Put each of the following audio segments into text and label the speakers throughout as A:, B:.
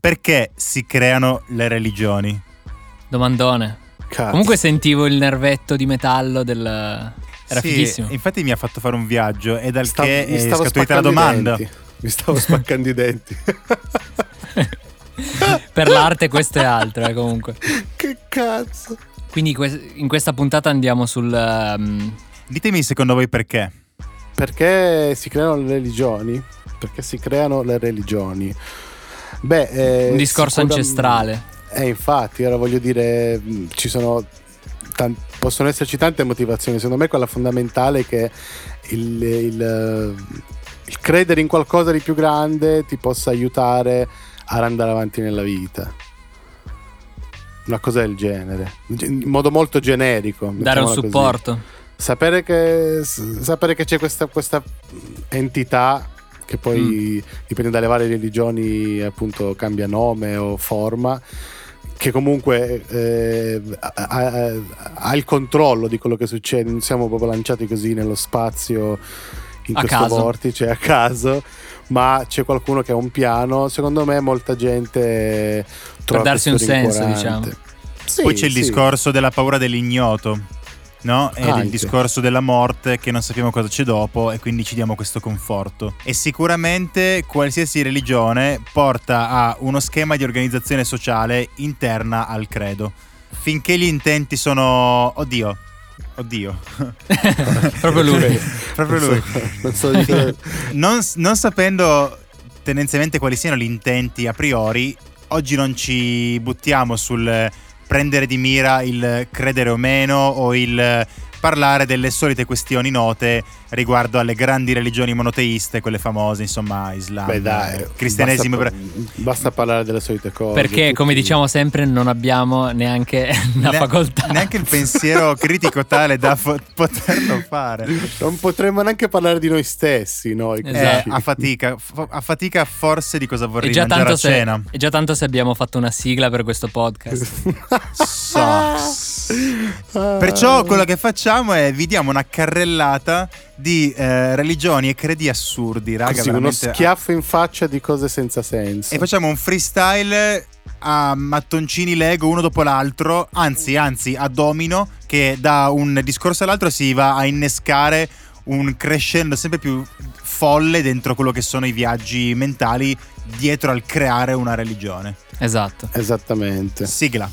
A: Perché si creano le religioni?
B: Domandone.
C: Cazzo.
B: Comunque sentivo il nervetto di metallo del... Era
A: sì,
B: fighissimo.
A: infatti mi ha fatto fare un viaggio e dal
C: Sta-
A: che
C: mi
A: è
C: stavo
A: scaturita la
C: spaccando i
A: domanda.
C: denti. Mi stavo spaccando i denti.
B: per l'arte questo è altro, eh, comunque.
C: che cazzo.
B: Quindi que- in questa puntata andiamo sul... ehm,
A: Ditemi secondo voi perché.
C: Perché si creano le religioni? Perché si creano le religioni? Beh, eh,
B: un discorso
C: sicura-
B: ancestrale.
C: Eh, infatti, ora voglio dire, mh, ci sono tan- possono esserci tante motivazioni. Secondo me quella fondamentale è che il, il, eh, il credere in qualcosa di più grande ti possa aiutare ad andare avanti nella vita. Una cosa del genere, Ge- in modo molto generico.
B: Dare un
C: mettiamola così.
B: supporto.
C: Sapere che, s- sapere che c'è questa, questa entità che poi
B: Mm.
C: dipende dalle varie religioni, appunto cambia nome o forma, che comunque eh, ha, ha- ha il controllo di quello che succede, non siamo proprio lanciati così nello spazio in
B: A
C: questo
B: caso.
C: vortice a caso, ma c'è qualcuno che ha un piano, secondo me molta gente trova
B: darsi
C: questo
B: un senso,
C: rincuorante.
B: diciamo.
C: Sì,
A: Poi c'è il
C: sì. Ah,
A: discorso della paura dell'ignoto, no? E
C: Anche.
A: il discorso della morte che non sappiamo cosa c'è dopo e quindi ci diamo questo conforto. E sicuramente qualsiasi religione porta a uno schema di organizzazione sociale interna al credo. Finché gli intenti sono... Oddio. Oddio.
B: Proprio lui.
A: Proprio
C: Non
A: lui.
C: so- non so dire-
A: Non, non sapendo tendenzialmente quali siano gli intenti a priori, oggi non ci buttiamo sul prendere di mira il credere o meno o il parlare delle solite questioni note riguardo alle grandi religioni monoteiste, quelle famose, insomma, Islam,
C: Beh, dai,
A: Ah, eh, cristianesimo.
C: Basta,
A: ebra-
C: basta parlare delle solite cose.
B: Perché,
C: tutti-
B: come diciamo sempre, non abbiamo neanche la
A: Ne-
B: facoltà.
A: Neanche il pensiero critico tale da fo- poterlo fare.
C: Non potremmo neanche parlare di noi stessi, noi.
A: Eh,
B: Esatto.
A: a fatica, fo- a fatica forse di cosa
B: E
A: vorrei
B: già,
A: mangiare
B: tanto
A: a
B: se,
A: cena.
B: e già tanto se abbiamo fatto una sigla per questo podcast.
A: So.
C: Ah.
A: Perciò quello che facciamo è vi diamo una carrellata di eh, religioni e credi assurdi, raga,
C: Così, uno
A: veramente. ah,
C: schiaffo in faccia di cose senza senso.
A: E facciamo un freestyle a mattoncini Lego uno dopo l'altro, anzi, anzi, a domino che da un discorso all'altro si va a innescare un crescendo sempre più folle dentro quello che sono i viaggi mentali dietro al creare una religione.
B: Esatto.
C: Esattamente.
A: Sigla.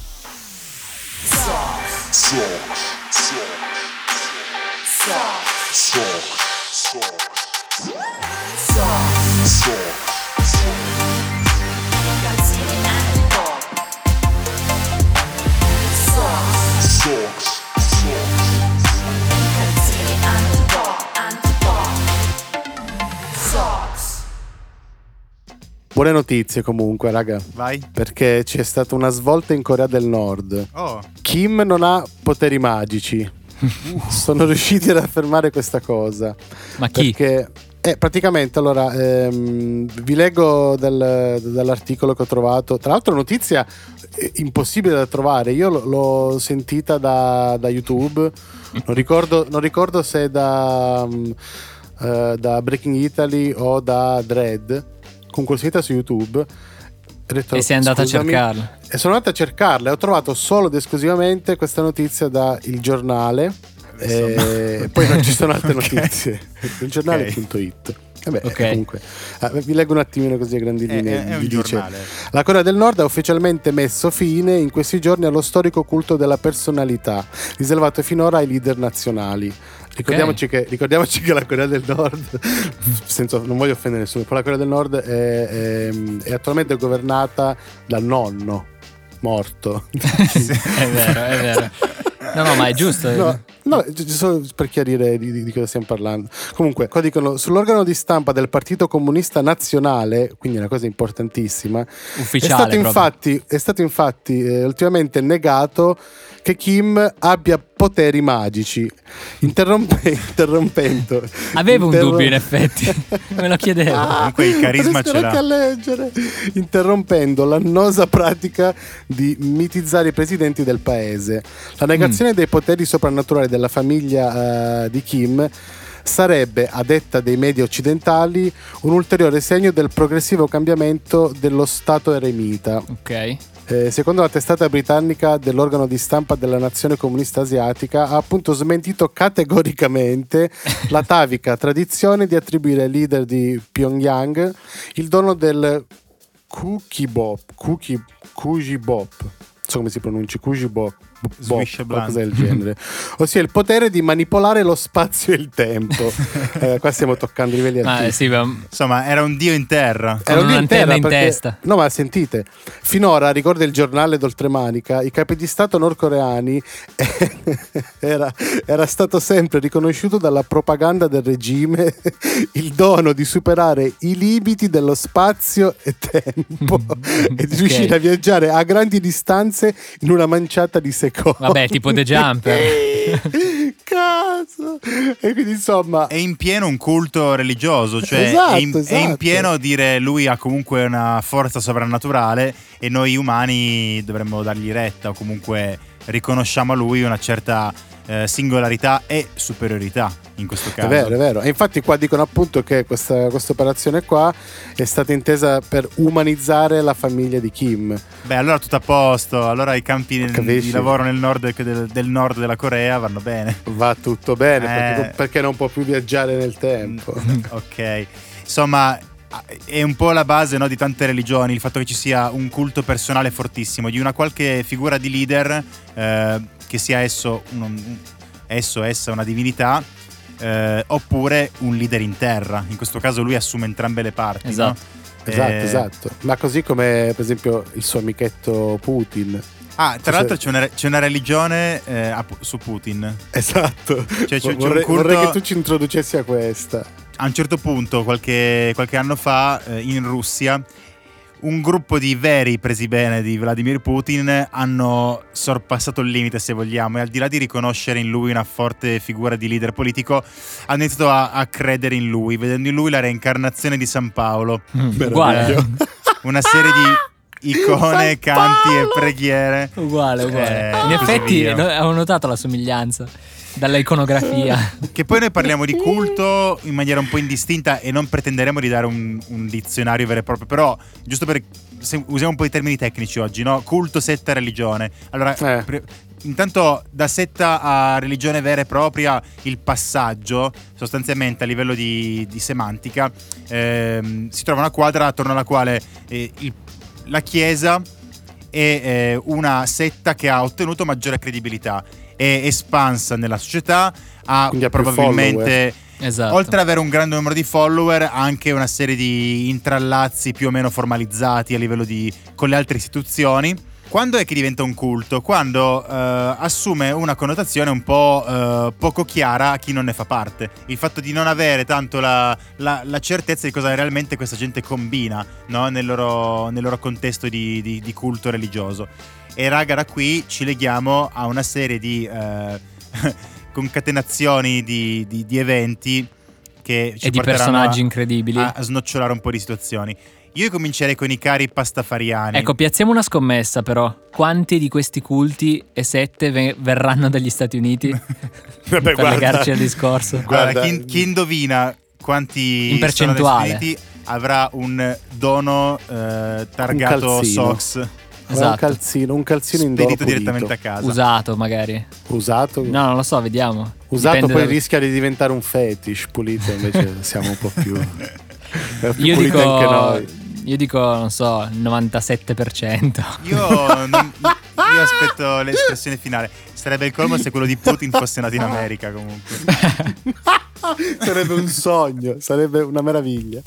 C: Buone notizie comunque, raga.
A: Vai.
C: Perché c'è stata una svolta in Corea del Nord.
A: Oh.
C: Kim non ha poteri magici. Sono riusciti ad affermare questa cosa.
B: Ma chi?
C: Perché eh, praticamente allora ehm, vi leggo dal- dall'articolo che ho trovato. Tra l'altro, notizia eh, impossibile da trovare. Io l- l'ho sentita da, da YouTube. Non ricordo, non ricordo se da, mm, eh, da Breaking Italy o da Dread. Comunque, l'ho sentita su YouTube. Ho detto,
B: E sei andato
C: "Scusami,
B: a cercarla.
C: e sono andato a cercarla e ho trovato solo ed esclusivamente questa notizia da Il Giornale. E
A: Eh, Insomma.
C: poi non ci sono altre
A: Ok.
C: notizie. Il giornale.it. Vabbè,
B: Ok.
C: eh, comunque, ah, vi leggo un attimino così a grandi
A: È,
C: linee.
A: è- è
C: vi
A: un
C: dice,
A: giornale.
C: La Corea del Nord ha ufficialmente messo fine in questi giorni allo storico culto della personalità, riservato finora ai leader nazionali. Ricordiamoci, che, ricordiamoci che la Corea del Nord, senza, non voglio offendere nessuno, però la Corea del Nord è, è- è attualmente governata dal nonno morto.
B: è vero, è vero. No, no, ma è giusto.
C: No, no, gi- solo per chiarire di, di- di cosa stiamo parlando. Comunque, qua dicono sull'organo di stampa del Partito Comunista Nazionale, quindi una cosa importantissima, è
B: Ufficiale.
C: stato
B: proprio.
C: infatti, è stato infatti eh, ultimamente negato che Kim abbia poteri magici, interrompe- interrompendo.
B: Avevo un
C: interrom-
B: dubbio, in effetti. Me lo chiedevo.
A: Comunque il carisma
C: riesco
A: ce l'ha.
C: neanche Ah, a leggere. Interrompendo l'annosa pratica di mitizzare i presidenti del paese. La negazione
A: Mm.
C: dei poteri soprannaturali della famiglia eh, di Kim sarebbe, a detta dei media occidentali, un ulteriore segno del progressivo cambiamento dello Stato eremita.
B: Ok.
C: Eh, secondo la testata britannica dell'organo di stampa della nazione comunista asiatica, ha appunto smentito categoricamente la tavica tradizione di attribuire ai leader di Pyongyang il dono del Kukibop. Kuki, Kujibop. Non so come si pronuncia, Kujibop.
A: Swish
C: Bop,
A: and blank.
C: qualcosa del genere, ossia il potere di manipolare lo spazio e il tempo. Eh, qua stiamo toccando livelli
B: Ma
C: altissimi.
B: sì, ma
A: Insomma, era un dio in terra.
B: Con
C: Era lì
B: un'antenna
C: terra
B: in
C: perché-
B: testa.
C: No, ma sentite, finora, ricorda il giornale d'oltremanica, i capi di Stato nordcoreani era, era stato sempre riconosciuto dalla propaganda del regime il dono di superare i limiti dello spazio e tempo e di
B: Ok.
C: riuscire a viaggiare a grandi distanze in una manciata di secondi.
B: Vabbè, tipo The Jumper.
C: Cazzo! E quindi insomma...
A: È in pieno un culto religioso, cioè
C: Esatto,
A: è, in, è in
C: esatto.
A: pieno dire lui ha comunque una forza sovrannaturale e noi umani dovremmo dargli retta o comunque riconosciamo a lui una certa eh, singolarità e superiorità in questo caso.
C: È vero, è vero. E infatti qua dicono appunto che questa, questa operazione qua è stata intesa per umanizzare la famiglia di Kim.
A: Beh, allora tutto a posto, allora i campi nel-
C: Capisci?
A: di lavoro nel nord, del, del nord della Corea vanno bene.
C: Va tutto bene
A: Eh.
C: perché, perché non può più viaggiare nel tempo.
A: Mm, ok, insomma è un po' la base no, di tante religioni il fatto che ci sia un culto personale fortissimo di una qualche figura di leader eh, che sia esso, un- esso essa una divinità eh, oppure un leader in terra in questo caso lui assume entrambe le parti no?
B: Esatto.
C: Esatto,
A: Eh,
C: esatto. Ma così come per esempio il suo amichetto Putin.
A: ah tra
C: Cioè-
A: l'altro c'è una, re- c'è una religione eh, a Pu- su Putin
C: Esatto.
A: Cioè, c'è- c'è un
C: vorrei,
A: culto-
C: vorrei che tu ci introducessi a questa.
A: a un certo punto, qualche, qualche anno fa, eh, in Russia, un gruppo di veri presi bene di Vladimir Putin hanno sorpassato il limite, se vogliamo, e al di là di riconoscere in lui una forte figura di leader politico, hanno iniziato a, a credere in lui, vedendo in lui la reincarnazione di San Paolo,
B: Mm,
C: Meraviglioso.
B: uguale.
A: una serie di icone,
C: Ah! San
A: canti e
C: Paolo! Oh,
A: preghiere.
B: Uguale, uguale.
A: Eh,
B: In
A: così
B: effetti
A: via.
B: no, avevo notato la somiglianza dalla iconografia.
A: Che poi noi parliamo di culto in maniera un po' indistinta e non pretenderemo di dare un, un dizionario vero e proprio, però giusto per... se- usiamo un po' i termini tecnici oggi, no? Culto, setta, religione. Allora,
C: Eh.
A: pre- intanto da setta a religione vera e propria, il passaggio sostanzialmente a livello di, di semantica ehm, si trova una quadra attorno alla quale eh, il- la Chiesa è eh, una setta che ha ottenuto maggiore credibilità, è espansa nella società, ha
C: Quindi ha più
A: probabilmente,
B: esatto.
A: oltre ad avere un grande numero di follower, ha anche una serie di intrallazzi più o meno formalizzati a livello di con le altre istituzioni. Quando è che diventa un culto? Quando eh, assume una connotazione un po' eh, poco chiara a chi non ne fa parte. Il fatto di non avere tanto la, la- la certezza di cosa realmente questa gente combina no? nel, loro, nel loro contesto di, di- di culto religioso. E raga, da qui ci leghiamo a una serie di eh, concatenazioni di, di- di eventi che ci
B: e di
A: porteranno
B: personaggi
A: a-
B: incredibili.
A: a, snocciolare un po' di situazioni. Io comincerei con i cari pastafariani.
B: Ecco, piazziamo una scommessa però. Quanti di questi culti e sette ve- verranno dagli Stati Uniti?
C: Vabbè,
B: per
C: guarda.
B: legarci al discorso.
A: Allora,
C: Guarda- mm.
A: chi, chi indovina quanti
B: In percentuale.
A: sono definiti avrà un dono eh, targato
C: calzino.
A: Sox
C: Guarda, Un
B: Esatto.
C: calzino, un calzino in dono
A: spedito
C: pulito.
A: direttamente a casa.
B: Usato magari.
C: Usato.
B: No, non lo so, vediamo.
C: Usato
B: Dipende
C: poi
B: dal-
C: rischia di diventare un fetish pulito, invece siamo un po' più, più
B: Io
C: puliti anche noi.
B: dico, io dico, non so, il 97%.
A: Io, non- io aspetto l'espressione finale. Sarebbe il colmo se quello di Putin fosse nato in America comunque.
C: sarebbe un sogno, sarebbe una meraviglia.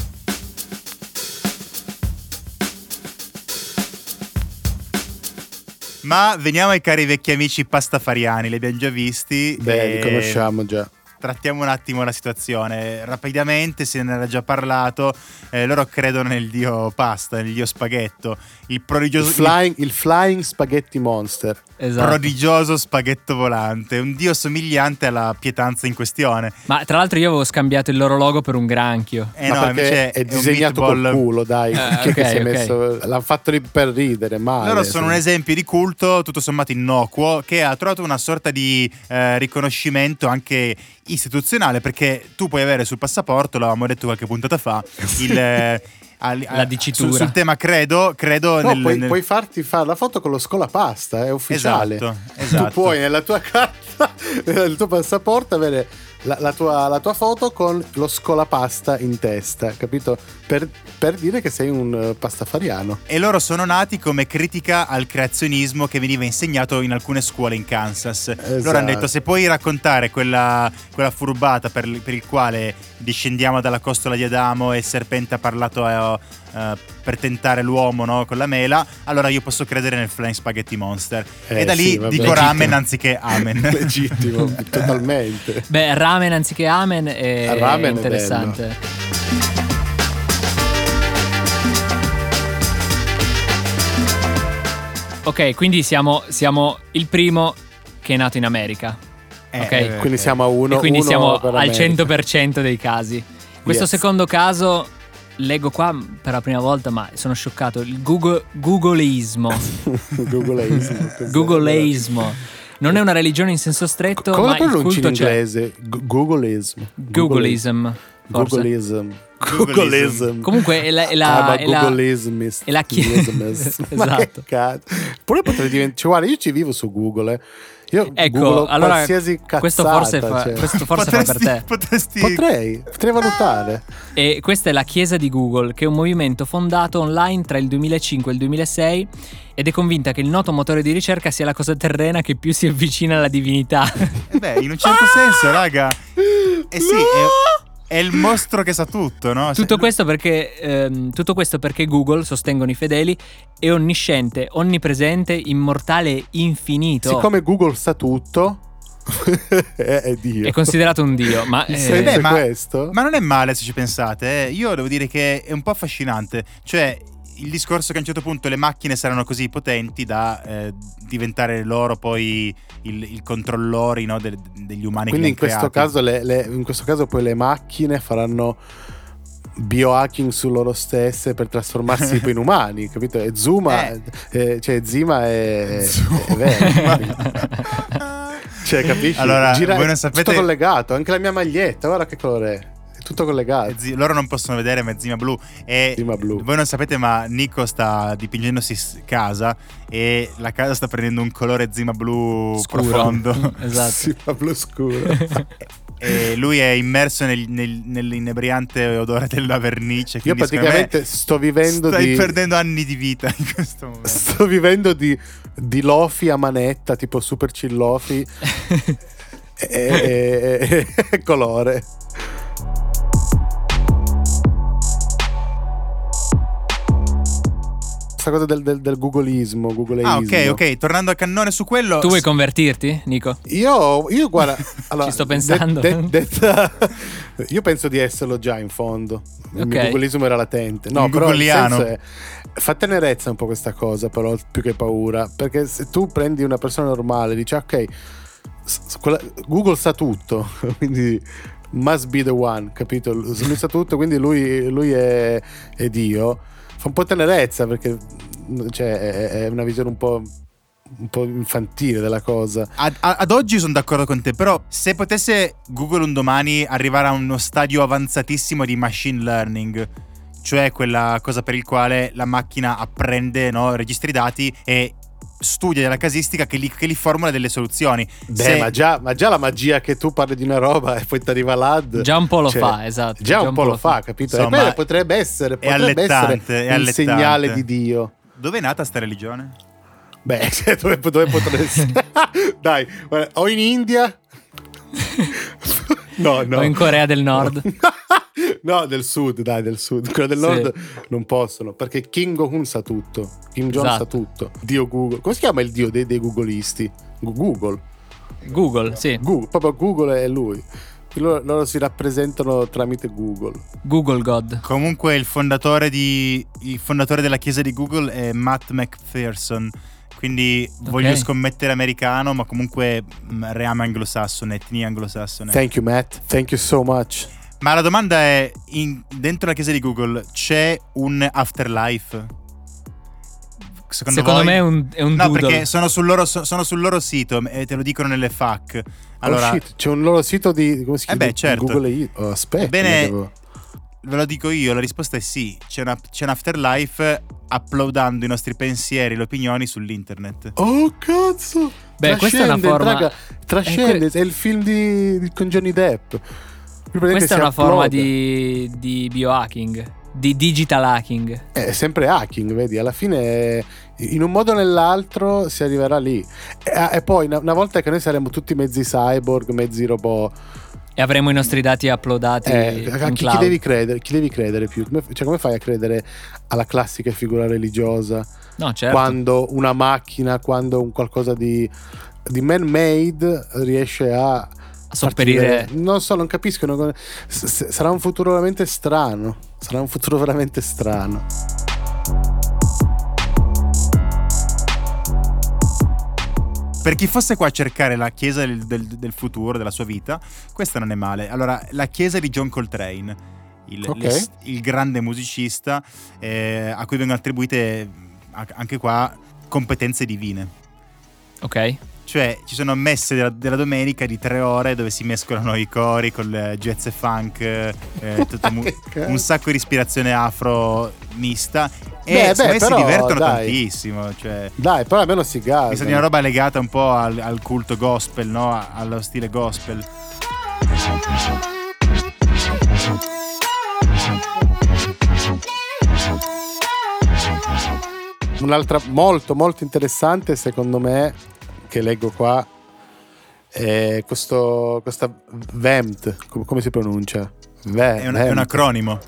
A: Ma veniamo ai cari vecchi amici pastafariani, li abbiamo già visti.
C: Beh,
A: e-
C: eh, li conosciamo già.
A: trattiamo un attimo la situazione. Rapidamente, se ne era già parlato, eh, loro credono nel dio pasta, nel dio spaghetto, il
C: Il
A: prodigioso...
C: flying, il flying Spaghetti Monster.
A: il
B: Esatto.
A: prodigioso spaghetto volante, un dio somigliante alla pietanza in questione.
B: Ma tra l'altro io avevo scambiato il loro logo per un granchio.
A: Eh
C: Ma
A: no,
C: perché
A: invece
C: è
A: un
C: disegnato col
A: meatball. Eh,
C: culo, dai.
B: Ah,
C: Chi è che
B: ok,
C: si è
B: ok.
C: messo- L'hanno fatto lì per ridere, ma.
A: Loro sono un esempio di culto tutto sommato innocuo che ha trovato una sorta di eh, riconoscimento anche istituzionale perché tu puoi avere sul passaporto, l'avevamo detto qualche puntata fa, il, eh, al-
B: La
A: a-
B: dicitura.
A: Sul, sul tema credo, credo
C: No,
A: nel,
C: puoi,
A: nel-
C: puoi farti fare la foto con lo scolapasta, è ufficiale.
A: Esatto, esatto.
C: Tu puoi nella tua carta, nel tuo passaporto, avere la, la tua, la tua foto con lo scolapasta in testa, capito? Per, per dire che sei un eh, pastafariano.
A: E loro sono nati come critica al creazionismo che veniva insegnato in alcune scuole in Kansas.
C: Esatto.
A: Loro hanno detto: se puoi raccontare quella, quella furbata per, per il quale discendiamo dalla costola di Adamo e il serpente ha parlato eh, eh, per tentare l'uomo no, con la mela, allora io posso credere nel Flying Spaghetti Monster.
C: Eh,
A: e da lì
C: sì, vabbè.
A: dico
B: Legittimo.
A: ramen anziché amen.
C: Legittimo, totalmente.
B: Beh, ramen anziché amen è
C: Ah, Ramen è
B: interessante. ok, quindi siamo, siamo il primo che è nato in America.
A: Eh,
B: Ok.
A: eh,
C: Quindi siamo a uno.
B: e quindi
C: uno
B: siamo
C: per
B: al
C: America.
B: 100% dei casi. Questo
C: Yes.
B: secondo caso leggo qua per la prima volta, ma sono scioccato. Il Google, googleismo.
C: Googleismo. cos'è?
B: googleismo. Non è una religione in senso stretto,
C: Come
B: ma
C: lo
B: il
C: pronunci in
B: culto c'è.
C: inglese? Gu- Googleism.
B: Googleism. forse.
C: Googleism.
A: Googleism.
B: Comunque è la- è la-
C: Ah, ma
B: è la-
C: Googleismist.
B: è la chi-
C: Googleismist. Ma che
B: Esatto.
C: cazzo. Pure potrei diventare. Guarda, io ci vivo su Google. eh. Io
B: Ecco,
C: googlo
B: allora
C: qualsiasi cazzata.
B: questo forse, fa,
C: cioè.
B: questo forse fa per
A: potresti,
B: te.
A: potresti-
C: Potrei, potrei valutare.
B: E questa è la Chiesa di Google, che è un movimento fondato online tra il 2005 e il 2006 ed è convinta che il noto motore di ricerca sia la cosa terrena che più si avvicina alla divinità.
A: Eh Beh, in un certo senso, raga. Eh sì, è, è il mostro che sa tutto, no? Cioè, Se-
B: Tutto questo, perché, ehm, tutto questo perché Google, sostengono i fedeli, è onnisciente, onnipresente, immortale e infinito.
C: Siccome Google sa tutto, è, è Dio.
B: è considerato un dio, ma...
C: Il
B: eh,
C: senso
A: Beh,
C: è
A: ma-
C: questo?
A: Ma non è male se ci pensate, eh. io devo dire che è un po' affascinante, cioè il discorso che a un certo punto le macchine saranno così potenti da eh, diventare loro poi il, il controllori no, del- degli umani.
C: Quindi in
A: che li han
C: questo,
A: creati.
C: caso le- le- in questo caso poi le macchine faranno biohacking su loro stesse per trasformarsi poi in umani, capito? E Zuma,
A: Eh.
C: eh, cioè Zima è,
A: Zuma.
C: è vero. cioè, capisci?
A: Allora,
C: Gira-
A: voi non
C: è tutto
A: sapete,
C: collegato, anche la mia maglietta, guarda che colore è, è tutto collegato.
A: Eh, zi- loro non possono vedere Mezzima Blu e
C: Zima blu.
A: voi non sapete ma Nico sta dipingendosi s- casa e la casa sta prendendo un colore Zima Blu
B: Scuro.
A: profondo.
B: Esatto.
C: Zima blu scuro.
A: E lui è immerso nel- nel- nell'inebriante odore della vernice.
C: Io
A: quindi secondo
C: praticamente
A: me
C: sto vivendo
A: Stai
C: di...
A: perdendo anni di vita in questo momento.
C: Sto vivendo di, di lofi a manetta, tipo super cillofi e, e- e- e eh, colore. Questa cosa del, del, del googleismo, googleismo.
A: Ah, ok, ok. Tornando al cannone su quello.
B: Tu vuoi convertirti, Nico?
C: Io, io guarda, allora,
B: sto pensando.
C: detta- io penso di esserlo già in fondo. Il mio
B: Ok.
C: googleismo era latente. No,
A: Un
C: però nel
A: googleiano.
C: senso è- fa tenerezza un po' questa cosa, però più che paura. Perché se tu prendi una persona normale e dici, "Ah, ok, s- s- quella- Google sa tutto, quindi must be the one, capito? Lui sa tutto, quindi lui, lui è, è Dio. Fa un po' tenerezza perché cioè, è, è una visione un po', un po' infantile della cosa.
A: Ad, a- ad oggi sono d'accordo con te, però se potesse Google un domani arrivare a uno stadio avanzatissimo di machine learning, cioè quella cosa per il quale la macchina apprende, no, registri dati e studia della casistica che li, che li formula delle soluzioni.
C: Beh,
A: Se-
C: ma, già, ma già la magia che tu parli di una roba e poi ti arriva l'ad.
B: Già un po' lo
C: Cioè,
B: fa, esatto.
C: Già un po' lo fa, capito? E
A: Insomma,
C: beh, potrebbe essere,
A: è
C: potrebbe essere
A: allettante, è
C: il
A: allettante.
C: segnale di Dio.
A: Dove è nata sta religione?
C: Beh, cioè, dove, dove potrebbe essere? Dai, guarda, o in India. no, no.
B: O in Corea del Nord.
C: no, del sud, dai, del sud. Quello del
B: Sì.
C: nord non possono, perché Kim Jong-un sa tutto. Kim Jong sa
B: Esatto.
C: tutto. Dio Google. Come si chiama il dio dei, dei googlisti? Google.
B: Google, sì.
C: Google, proprio Google è lui. Loro, loro si rappresentano tramite Google.
B: Google God.
A: Comunque il fondatore, di, il fondatore della chiesa di Google è Matt McPherson, quindi
B: Ok.
A: voglio scommettere americano, ma comunque mh, reame anglosassone, etnia anglosassone.
C: Thank you, Matt. Thank you so much.
A: Ma la domanda è, in- dentro la chiesa di Google c'è un afterlife? Secondo,
B: Secondo
A: voi?
B: me è un, è un
A: No,
B: doodle.
A: perché sono sul, loro, so- sono sul loro sito e te lo dicono nelle FAQ.
B: Oh,
C: Allora,
A: Allora,
C: Oh, c'è un loro sito di come si
A: Eh
C: chiama?
A: beh, certo.
C: Google AI. Oh, aspetta,
A: Ebbene,
C: io devo-
A: Ve lo dico io, la risposta è sì. C'è, una- c'è un afterlife uploadando i nostri pensieri e le opinioni sull'internet.
C: Oh cazzo!
B: Beh, questa è una
C: Trascende,
B: forma- Eh,
C: raga, trascende, è il film di, di- con Johnny Depp. Quindi praticamente
B: Questa è
C: si
B: una forma
C: upload.
B: di, di biohacking, di digital hacking.
C: Eh, È sempre hacking, vedi, alla fine eh, in un modo o nell'altro si arriverà lì. E, e poi una, una volta che noi saremo tutti mezzi cyborg, mezzi robot,
B: E avremo i nostri dati uploadati
C: eh, a
B: in
C: chi, chi
B: cloud.
C: devi credere? Chi devi credere più? Come, cioè, come fai a credere alla classica figura religiosa?
B: No, certo.
C: quando una macchina, quando un qualcosa di, di man-made riesce a,
B: a sopperire.
C: farti vedere. Non so, non capisco. non- s- s- sarà un futuro veramente strano. Sarà un futuro veramente strano.
A: Per chi fosse qua a cercare la chiesa del, del- del futuro, della sua vita, questa non è male. Allora, la chiesa di John Coltrane, il,
C: Ok.
A: l'es- il grande musicista eh, a cui vengono attribuite eh, a- anche qua competenze divine.
B: Ok.
A: Cioè, ci sono messe della, della domenica di tre ore dove si mescolano i cori con il jazz e funk, eh, tutto mu-
C: Che cazzo.
A: un sacco di ispirazione afro mista e
C: Beh,
A: secondo
C: beh,
A: me
C: però,
A: si divertono
C: dai.
A: tantissimo cioè
C: Dai, però almeno si
A: mi sa di una
C: gasa.
A: roba legata un po' al, al culto gospel no? A- allo stile gospel
C: Un'altra molto, molto interessante, secondo me, che leggo qua. È questo, questa VEMT, come, come si pronuncia? Ve-
A: è, un- è un
C: VEMT,
A: acronimo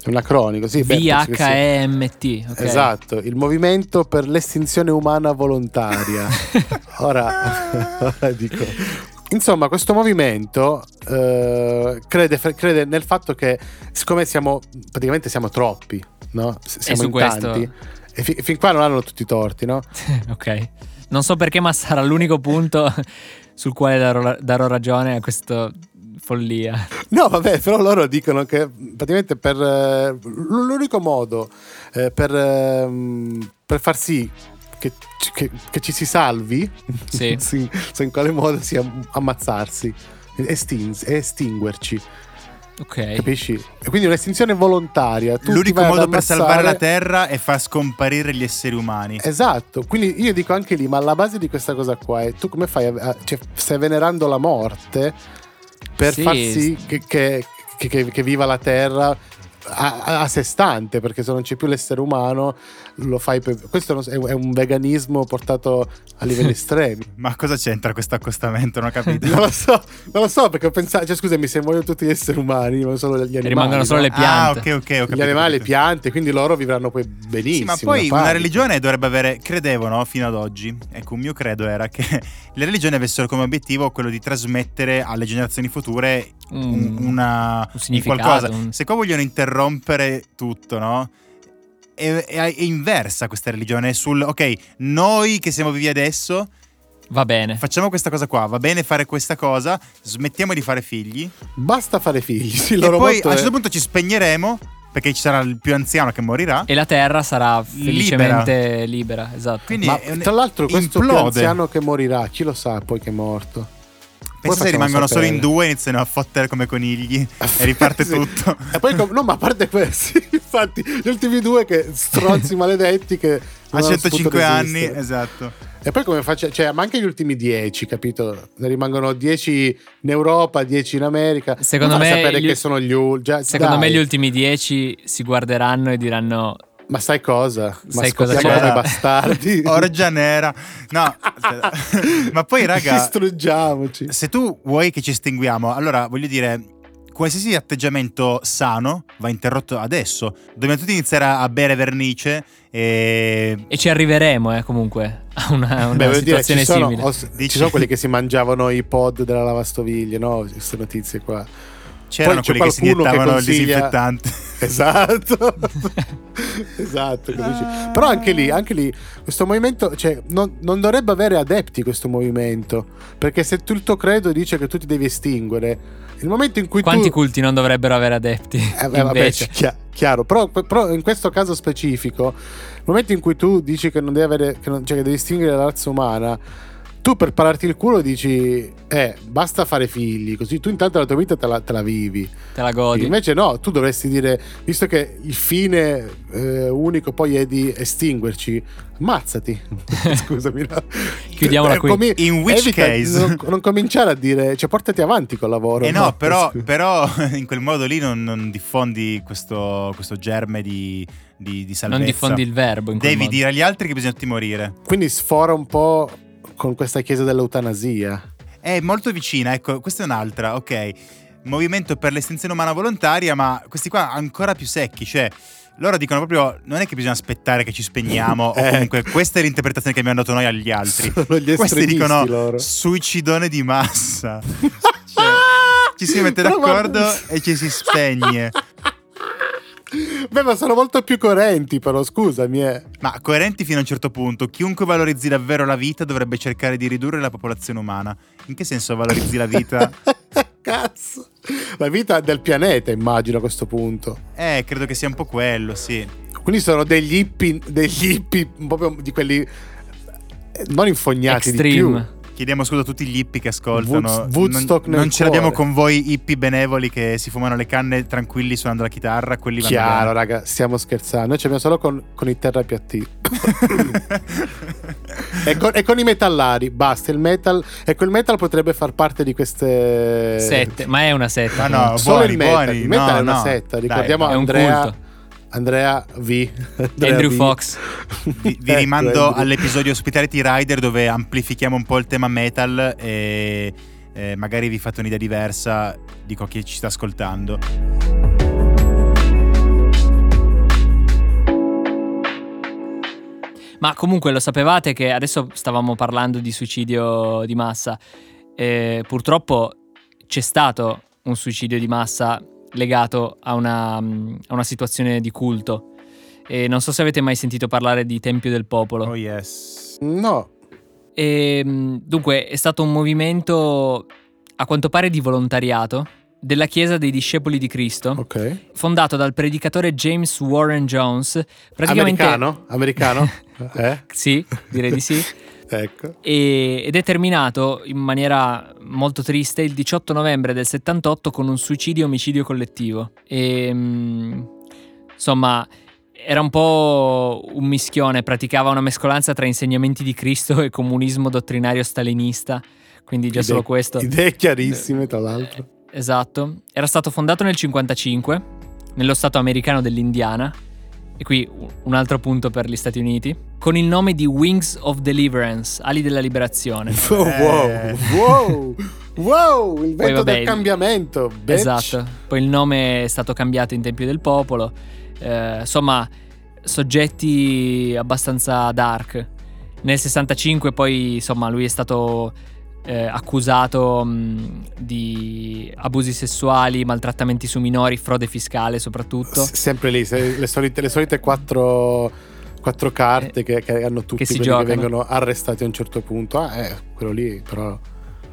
C: è un acronico, sì. beh, penso che sia-
B: VHEMT. ok.
C: Esatto, il movimento per l'estinzione umana volontaria. ora, ora dico. Insomma, questo movimento eh, crede, crede nel fatto che, siccome siamo praticamente siamo troppi, no? S- siamo
B: Eh, su
C: in
B: questo-
C: tanti, e fi- fin qua non hanno tutti i torti, no?
B: ok. Non so perché, ma sarà l'unico punto sul quale darò, darò ragione a questa follia.
C: No, vabbè, però loro dicono che praticamente per eh, l- l'unico modo eh, per, ehm, per far sì che, che- che ci si salvi,
B: Sì.
C: non so in quale modo sia ammazzarsi, estin- estinguerci,
B: Ok.
C: capisci? E quindi un'estinzione volontaria. Tu ti
A: l'unico
C: vai ad
A: modo per
C: ammazzare-
A: salvare la terra è far scomparire gli esseri umani
C: Esatto, quindi io dico anche lì, ma la base di questa cosa qua è tu come fai, a, a- cioè, stai venerando la morte per
B: Sì.
C: far sì che, che- che- che- che viva la terra a, a- a sé stante, perché se non c'è più l'essere umano lo fai per... Questo non so, è, è un veganismo portato a livelli estremi.
A: ma cosa c'entra questo accostamento non ho capito
C: Non lo so, non lo so perché ho pensato, cioè scusami, se muoiono tutti gli esseri umani, rimangono solo gli animali.
B: Rimangono solo
C: no?
B: le
A: ah
B: piante.
A: ok ok ho capito,
C: Gli animali, le
A: capito.
C: piante, quindi loro vivranno poi benissimo.
A: Sì, ma poi una
C: pace.
A: religione dovrebbe avere, credevo no, fino ad oggi, ecco un mio credo era che le religioni avessero come obiettivo quello di trasmettere alle generazioni future un-
B: Mm.
A: una,
B: un significato,
A: qualcosa.
B: un-
A: Se qua vogliono interrompere tutto, no? È, è- è inversa questa religione, è sul, ok, noi che siamo vivi adesso
B: Va bene.
A: facciamo questa cosa qua, va bene fare questa cosa, smettiamo di fare figli
C: Basta fare figli, sì, il
A: e
C: loro
A: poi a
C: motto
A: un
C: è-
A: certo punto ci spegneremo perché ci sarà il più anziano che morirà.
B: E la Terra sarà felicemente libera. esatto.
A: Quindi
C: Ma
A: è un-
C: tra l'altro questo più
A: implode.
C: anziano che morirà, chi lo sa poi che è morto? Poi
A: Pensa se
C: facciamo
A: rimangono
C: sapere.
A: solo in due e iniziano a fottere come conigli e riparte
C: Sì.
A: tutto.
C: E poi com- no, ma a parte questi, infatti, gli ultimi due che stronzi maledetti che
A: A
C: non hanno spunto di
A: 105 anni,
C: esistere.
A: esatto.
C: E poi come faccio, cioè, ma anche gli ultimi dieci, capito? Ne rimangono dieci in Europa, dieci in America.
B: Secondo
C: Non far
B: me
C: sapere
B: gli-
C: che sono gli ul- già-
B: Secondo
C: dai,
B: me gli ultimi dieci si guarderanno e diranno
C: Ma sai cosa? Ma
B: Sai cosa
C: scoppiamo
A: c'era?
C: come bastardi.
A: Orgia nera. No, aspetta. ma poi raga,
C: Distruggiamoci.
A: se tu vuoi che ci estinguiamo, allora voglio dire, qualsiasi atteggiamento sano va interrotto adesso. Dobbiamo tutti iniziare a a bere vernice e...
B: E ci arriveremo, eh, comunque, a una, a una
C: Beh, voglio dire,
B: situazione
C: ci sono,
B: simile.
C: ho- ci
A: Dici-
C: sono quelli che si mangiavano i pod della lavastoviglie, no? Queste notizie qua.
A: C'erano
C: Poi c'è
A: quelli che si
C: qualcuno che
A: iniettavano il
C: consiglia-
A: disinfettante.
C: Esatto, esatto. così ci- Però anche lì, anche lì, questo movimento, cioè, non, non dovrebbe avere adepti questo movimento, perché se tutto il tuo credo dice che tu ti devi estinguere, il momento in cui
B: Quanti
C: tu...
B: culti non dovrebbero avere adepti?
C: Eh, beh, vabbè,
B: invece.
C: cioè, chia- chiaro, però, però in questo caso specifico, nel momento in cui tu dici che non devi avere, che non- cioè che devi distinguere la razza umana, tu per pararti il culo dici, eh, basta fare figli, così tu intanto la tua vita te la, te la vivi.
B: Te la godi.
C: Invece no, tu dovresti dire, visto che il fine eh, unico poi è di estinguerci, ammazzati. Scusami. no.
B: Chiudiamola
C: Eh,
B: qui.
C: comi-
A: In which
C: evita-
A: case?
C: Non, non cominciare a dire, cioè portati avanti col lavoro.
A: Eh no, però,
C: Scusa.
A: però in quel modo lì non, non diffondi questo, questo germe di, di, di salvezza.
B: Non diffondi il verbo in quel
A: Devi
B: modo.
A: dire agli altri che bisogna tutti morire.
C: Quindi sfora un po' con questa chiesa dell'eutanasia.
A: È molto vicina, ecco, questa è un'altra, ok. Movimento per l'estinzione umana volontaria, ma questi qua ancora più secchi, cioè loro dicono proprio non è che bisogna aspettare che ci spegniamo o
C: Eh.
A: comunque questa è l'interpretazione che abbiamo dato noi agli altri.
C: Sono gli
A: Questi
C: estremisti
A: dicono
C: loro.
A: suicidone di massa. Cioè, ci si mette
C: Però
A: d'accordo
C: guarda-
A: e ci si spegne.
C: Beh, ma sono molto più coerenti, però scusami. eh.
A: Ma coerenti fino a un certo punto, chiunque valorizzi davvero la vita dovrebbe cercare di ridurre la popolazione umana. In che senso valorizzi la vita?
C: Cazzo. La vita del pianeta, immagino a questo punto.
A: eh, credo che sia un po' quello, sì.
C: Quindi sono degli hippie, degli hippie proprio di quelli eh, non infognati di
B: Extreme.
A: Chiediamo scusa a tutti gli hippie che ascoltano.
C: Woods- Woodstock
A: non,
C: nel
A: non ce l'abbiamo
C: cuore.
A: con voi hippie benevoli che si fumano le canne tranquilli suonando la chitarra, quelli
C: più.
A: vanno
C: Chiaro, raga, stiamo scherzando. Noi ci abbiamo solo con, con i terrapiatti e, con, e con i metallari. Basta, il metal. E quel metal potrebbe far parte di queste
B: Sette, ma è una setta.
A: Eh, Ma no,
B: comunque.
C: Solo
A: Ah, Buoni,
C: il metal.
A: buoni.
C: Il metal
A: No,
C: è una
A: no.
C: setta.
A: Dai,
C: Ricordiamo
B: è un
C: Andrea,
B: culto.
C: Andrea V. Andrea
B: Andrew
C: V.
B: Fox.
A: Vi, vi
C: Ecco,
A: rimando
C: Andrew.
A: all'episodio Hospitality Rider dove amplifichiamo un po' il tema metal e eh, magari vi fate un'idea diversa di co- chi ci sta ascoltando.
B: Ma comunque lo sapevate che adesso stavamo parlando di suicidio di massa. Eh, purtroppo c'è stato un suicidio di massa legato a una, mm, a una situazione di culto. E non so se avete mai sentito parlare di Tempio del Popolo.
A: Oh yes.
C: No,
B: E, mh, Ehm, dunque è stato un movimento a quanto pare di volontariato della Chiesa dei Discepoli di Cristo,
C: ok.
B: fondato dal predicatore James Warren Jones, praticamente
C: Americano? Americano? eh?
B: Sì, direi di sì.
C: Ecco.
B: E- ed è terminato in maniera molto triste il 18 novembre del 78 con un suicidio-omicidio collettivo. E, mh, insomma, era un po' un mischione, praticava una mescolanza tra insegnamenti di Cristo e comunismo dottrinario stalinista, quindi già
C: Idee-
B: solo questo.
C: Idee chiarissime, tra l'altro.
B: Esatto. Era stato fondato nel 55 nello stato americano dell'Indiana. E qui u- un altro punto per gli Stati Uniti. Con il nome di Wings of Deliverance, ali della liberazione.
C: Oh,
A: Eh.
C: Wow, wow, wow, il vento
B: vabbè,
C: del
B: il-
C: cambiamento. bitch.
B: Esatto. Poi il nome è stato cambiato in Tempio del Popolo. Eh, insomma, soggetti abbastanza dark. Nel 65 poi, insomma, lui è stato eh, accusato mh, di abusi sessuali, maltrattamenti su minori, frode fiscale soprattutto.
C: S- sempre lì, se- le, solite, le solite quattro, quattro carte
B: Eh,
C: che, che hanno tutti
B: che si
C: quelli
B: giocano.
C: che vengono arrestati a un certo punto. Ah, eh, quello lì, però.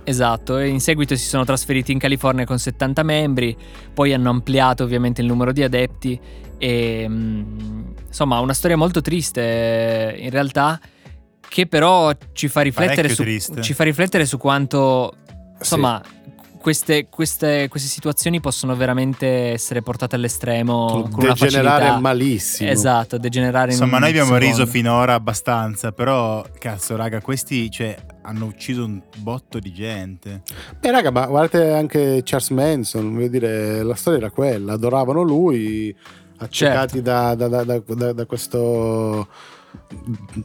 B: Esatto, e in seguito si sono trasferiti in California con 70 membri, poi hanno ampliato ovviamente il numero di adepti e mm, insomma una storia molto triste eh, in realtà che però ci fa riflettere,
A: Parecchio
B: su,
A: triste.
B: ci fa riflettere su quanto insomma queste, queste- queste situazioni possono veramente essere portate all'estremo Oh, con una
C: degenerare
B: facilità.
C: malissimo.
B: Esatto, degenerare in
A: Insomma,
B: un
A: noi abbiamo
B: secondo.
A: riso finora abbastanza, però cazzo raga, questi cioè, hanno ucciso un botto di gente.
C: Beh, Eh, raga, ma guardate anche Charles Manson, voglio dire, la storia era
B: Certo.
C: quella, adoravano lui, accecati da, da- da- da- da- da questo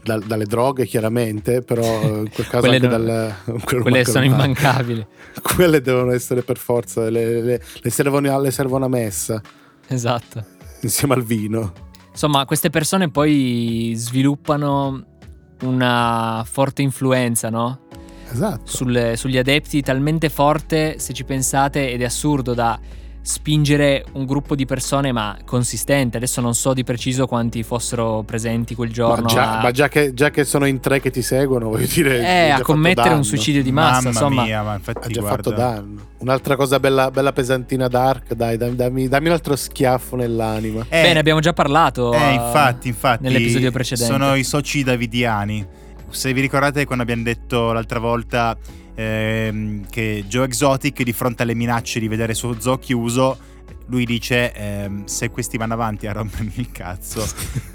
C: da- dalle droghe chiaramente, però eh, in quel caso
B: Quelle
C: anche
B: non-
C: dal...
B: Quelle sono immancabili.
C: Quelle devono essere per forza, le, le- le servono, le servono a messa
B: Esatto.
C: insieme al vino.
B: Insomma, queste persone poi sviluppano una forte influenza, no?
C: Esatto.
B: Sul- sugli adepti talmente forte, se ci pensate, ed è assurdo da spingere un gruppo di persone, ma consistente. Adesso non so di preciso quanti fossero presenti quel
C: Ma
B: giorno
C: già,
B: a,
C: ma già che, già che sono in tre che ti seguono, voglio dire...
B: eh,
C: hai già
B: a
C: fatto
B: commettere
C: danno.
B: un suicidio di massa,
A: Mamma
B: insomma.
A: mia, ma
C: Ha
A: infatti
C: già fatto
A: guarda,
C: danno. Un'altra cosa bella, bella pesantina dark, dai, dammi, dammi, dammi un altro schiaffo nell'anima.
A: Eh,
B: Bene, abbiamo già parlato.
A: eh,
B: eh,
A: infatti, infatti
B: nell'episodio precedente.
A: sono i soci davidiani. Se vi ricordate quando abbiamo detto l'altra volta ehm, che Joe Exotic di fronte alle minacce di vedere il suo zoo chiuso, lui dice ehm, se questi vanno avanti a rompermi il cazzo,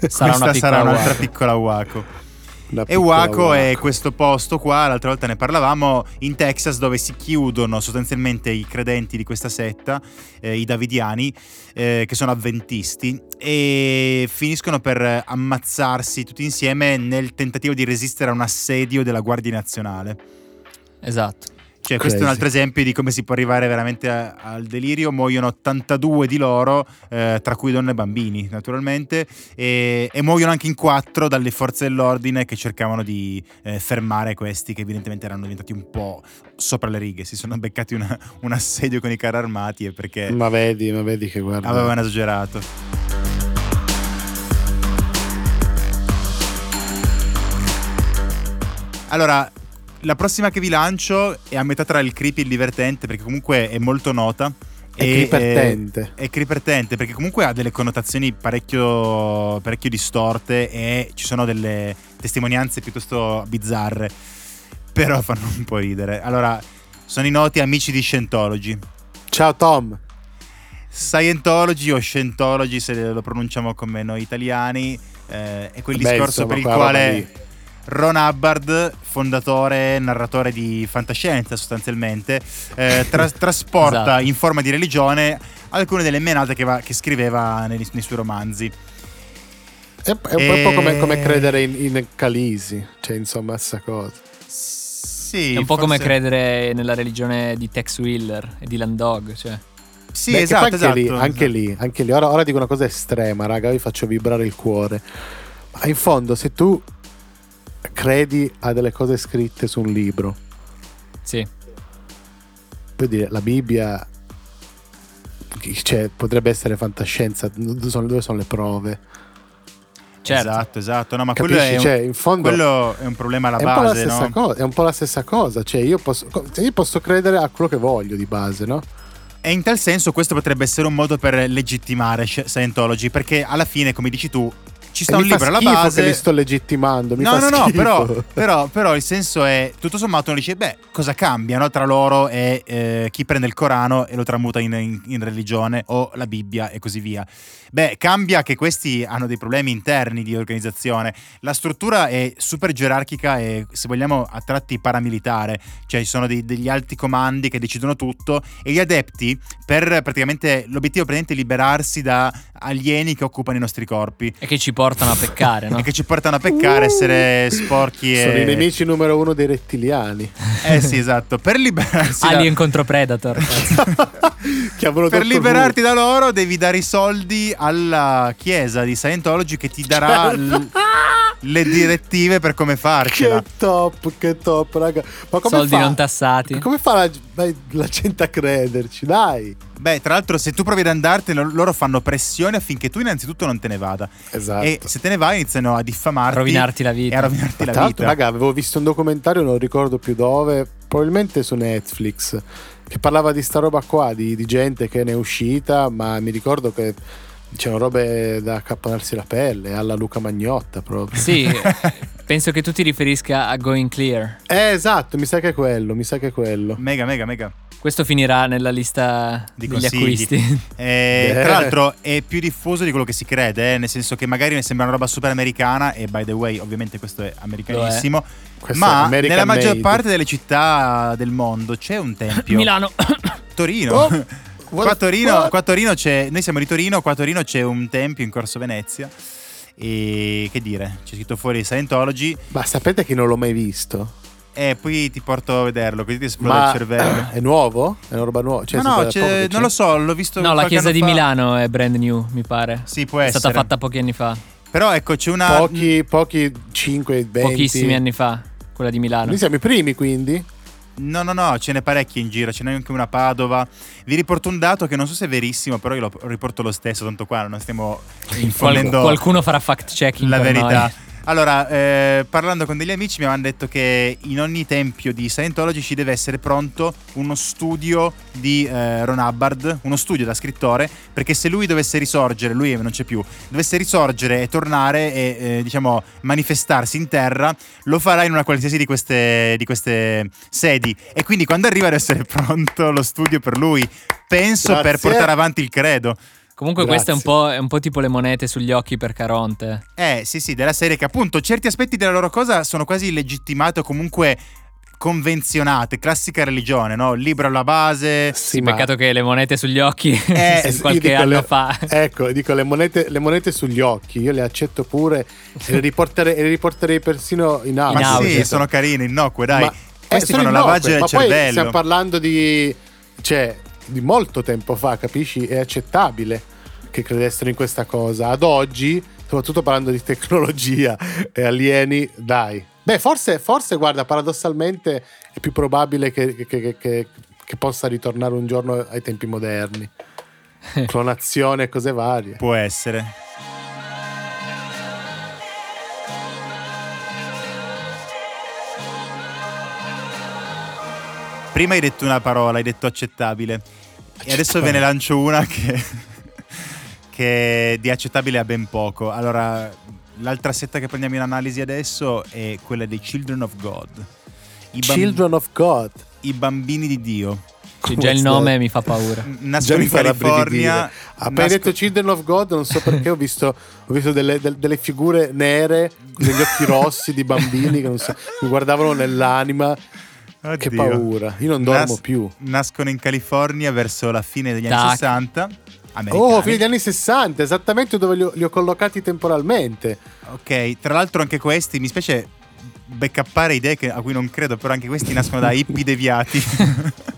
B: Sarà una
A: questa sarà
B: piccola
A: un'altra
B: Waco."
A: piccola Waco.
C: Una
A: E
C: piccola
A: Waco
C: Waco.
A: è questo posto qua, l'altra volta ne parlavamo, in Texas dove si chiudono sostanzialmente i credenti di questa setta, eh, i davidiani, eh, che sono avventisti, e finiscono per eh, ammazzarsi tutti insieme nel tentativo di resistere a un assedio della Guardia Nazionale.
B: Esatto.
A: Cioè, questo è un
C: Crazy.
A: altro esempio di come si può arrivare veramente a- al delirio. Muoiono 82 di loro, eh, tra cui donne e bambini, naturalmente, e, e muoiono anche in quattro dalle forze dell'ordine che cercavano di eh, fermare questi, che evidentemente erano diventati un po' sopra le righe. Si sono beccati una- un assedio con i carri armati e perché
C: Ma vedi, ma vedi che guarda.
A: avevano esagerato. Allora, la prossima che vi lancio è a metà tra il creepy e il divertente, perché comunque è molto nota.
C: È
A: e- eh,
C: divertente.
A: È, è creepertente, perché comunque ha delle connotazioni parecchio, parecchio distorte e ci sono delle testimonianze piuttosto bizzarre, però fanno un po' ridere. Allora, sono i noti amici di Scientology.
C: Ciao Tom.
A: Scientology o Scientology se lo pronunciamo come noi italiani eh, è quel
C: Beh,
A: discorso
C: insomma,
A: per il
C: quella roba
A: quale
C: lì.
A: Ron Hubbard, fondatore e narratore di fantascienza sostanzialmente, eh, tras- trasporta
B: Esatto.
A: in forma di religione alcune delle menate che, va- che scriveva nei, nei suoi romanzi.
C: È, è un po'
A: E-
C: come, come credere in, in Calisi, cioè insomma, sta cosa.
A: Sì,
B: È un po' come
A: forse-
B: credere nella religione di Tex Wheeler e di Landog, cioè.
A: Sì,
C: Beh, che
A: esatto,
C: poi anche,
A: esatto,
C: lì, anche
A: esatto.
C: lì, anche lì. Ora, ora dico una cosa estrema, raga, vi faccio vibrare il cuore. Ma in fondo, se tu credi a delle cose scritte su un libro,
B: Sì.
C: voglio dire, la Bibbia chi- cioè, potrebbe essere fantascienza, dove sono, dove sono le prove?
B: Certo.
A: Esatto, esatto. No, ma quello
C: Capisci?
A: è, un,
C: cioè, in fondo
A: quello è un problema alla
C: è un, po la
A: base,
C: stessa
A: no?
C: cosa, è un po' la stessa cosa, cioè io posso, co- io posso credere a quello che voglio di base, no?
A: E in tal senso questo potrebbe essere un modo per legittimare Sci- Scientology, perché alla fine, come dici tu, ci sta
C: E
A: un
C: mi fa
A: libro alla
C: schifo
A: base.
C: che li sto legittimando, mi
A: no, no,
C: fa
A: no,
C: schifo.
A: però, però, però il senso è, tutto sommato uno dice, beh, cosa cambia no, tra loro e eh, chi prende il Corano e lo tramuta in, in- in religione o la Bibbia e così via. Beh, cambia che questi hanno dei problemi interni di organizzazione. La struttura è super gerarchica e, se vogliamo, a tratti paramilitare, cioè ci sono dei- degli alti comandi che decidono tutto e gli adepti, per praticamente, l'obiettivo è praticamente liberarsi da alieni che occupano i nostri corpi
B: E che ci portano a peccare, no? Uh!
A: e che ci portano a peccare, essere sporchi e...
C: Sono i nemici numero uno dei rettiliani.
A: Eh sì, esatto. Per liberarsi... da-
B: Alien contro Predator.
C: Chiamano
A: Per
C: Dr. Who.
A: liberarti da loro devi dare i soldi alla chiesa di Scientology che ti darà
C: Certo.
A: l- le direttive per come farcela.
C: Che top, che top, raga. Ma come
B: Soldi
C: fa-
B: non tassati.
C: Come fa la, ma la gente a crederci? Dai.
A: Beh, tra l'altro se tu provi ad andartene loro fanno pressione affinché tu innanzitutto non te ne vada.
C: Esatto.
A: E se te ne vai iniziano a
B: A
A: diffamarti
B: rovinarti la
A: e
B: vita.
A: a rovinarti
C: Ma
A: la
C: tra
A: vita.
C: l'altro, raga, avevo visto un documentario, non ricordo più dove, probabilmente su Netflix, che parlava di sta roba qua, di, di gente che ne è uscita, ma mi ricordo che c'erano robe da accapponarsi la pelle, alla Luca Magnotta proprio.
B: Sì, penso che tu ti riferisca a Going Clear.
C: Eh, esatto, mi sa che è quello, mi sa che è quello.
A: Mega, mega, mega.
B: Questo finirà nella lista
A: Di
B: degli
A: consigli.
B: acquisti.
A: Eh,
C: Beh.
A: tra l'altro è più diffuso di quello che si crede, eh, nel senso che magari ne sembra una roba super americana e by the way ovviamente questo è americanissimo,
C: Questo è
A: ma
C: American
A: nella maggior
C: Made.
A: parte delle città del mondo c'è un tempio.
B: Milano.
A: Torino.
C: Oh,
A: Qua a
C: what-
A: Torino,
C: what?
A: qua a Torino c'è, noi siamo di Torino, qua a Torino c'è un tempio in Corso Venezia E che dire, c'è scritto fuori Scientology
C: Ma sapete che non l'ho mai visto?
A: e poi ti porto a vederlo, così ti esplode il cervello.
C: è nuovo? È una roba nuova? Cioè,
A: no,
C: è
A: no,
C: stata
A: c'è-
C: da poco che
A: non lo so, l'ho visto
B: No, la
A: qualche
B: chiesa
A: anno
B: di
A: fa.
B: Milano è brand new, mi pare.
A: Sì, può
B: è
A: essere.
B: stata fatta pochi anni fa,
A: Però ecco, c'è una
C: Pochi, pochi 5, 20.
B: pochissimi anni fa, quella di Milano.
C: Noi siamo i primi quindi.
A: No, no, no, ce n'è parecchi in giro, ce n'è anche una a Padova. Vi riporto un dato che non so se è verissimo, però io lo riporto lo stesso, tanto qua non stiamo
B: Qual-
A: infondendo
B: qualcuno farà fact checking
A: la
B: per
A: verità.
B: noi.
A: Allora, eh, parlando con degli amici mi hanno detto che in ogni tempio di Scientology ci deve essere pronto uno studio di eh, Ron Hubbard, uno studio da scrittore, perché se lui dovesse risorgere, lui non c'è più, dovesse risorgere e tornare e eh, diciamo manifestarsi in terra, lo farà in una qualsiasi di queste, di queste sedi. E quindi quando arriva deve essere pronto lo studio per lui, penso per
C: Grazie.
A: portare avanti il credo.
B: Comunque questa è un,
C: Grazie.
B: po', è un po' tipo le monete sugli occhi per Caronte.
A: Eh sì sì, della serie che appunto certi aspetti della loro cosa sono quasi illegittimati o comunque convenzionate, classica religione, no? Libro alla base.
C: Sì, ma-
B: Peccato che le monete sugli occhi
A: Eh,
C: Eh, sì,
B: qualche
C: dico,
B: anno
C: le-
B: fa.
C: Ecco, dico le monete, le monete sugli occhi, io le accetto pure e le riporterei, e le riporterei persino in aula.
B: In
A: ma
B: auge,
A: sì, sono carine, innocue, dai.
C: Ma- eh,
A: Questi
C: sono
A: fanno
C: innocue,
A: lavaggio del
C: ma Poi
A: cervello.
C: stiamo parlando di, cioè, di molto tempo fa, capisci? È accettabile che credessero in questa cosa. Ad oggi, soprattutto parlando di tecnologia e alieni, dai. Beh, forse, forse, guarda, paradossalmente è più probabile che, che- che- che- che possa ritornare un giorno ai tempi moderni. Clonazione e cose varie.
A: Può essere. Prima hai detto una parola, hai detto accettabile. E adesso ve ne lancio una che, che di accettabile ha ben poco. Allora, l'altra setta che prendiamo in analisi adesso è quella dei Children of God. I, bam-
C: Children of God.
A: i bambini di Dio.
B: Sì, già il nome mi fa paura.
A: Nascono in
C: mi fa
A: California.
C: rabbrividire. Appena "Ah, hai
A: nasco-
C: detto Children of God, non so perché, ho visto, ho visto delle, del- delle figure nere, degli occhi rossi di bambini che non so, mi guardavano nell'anima. Che
A: Oddio.
C: paura, io non dormo
A: Nas-
C: più.
A: Nascono in California verso la fine degli anni
B: Tac.
A: 60.
C: Oh,
A: americani.
C: fine degli anni 60, esattamente dove li ho, li ho collocati temporalmente.
A: Ok, tra l'altro anche questi, mi spiace beccappare idee che- a cui non credo, però anche questi nascono da hippie deviati.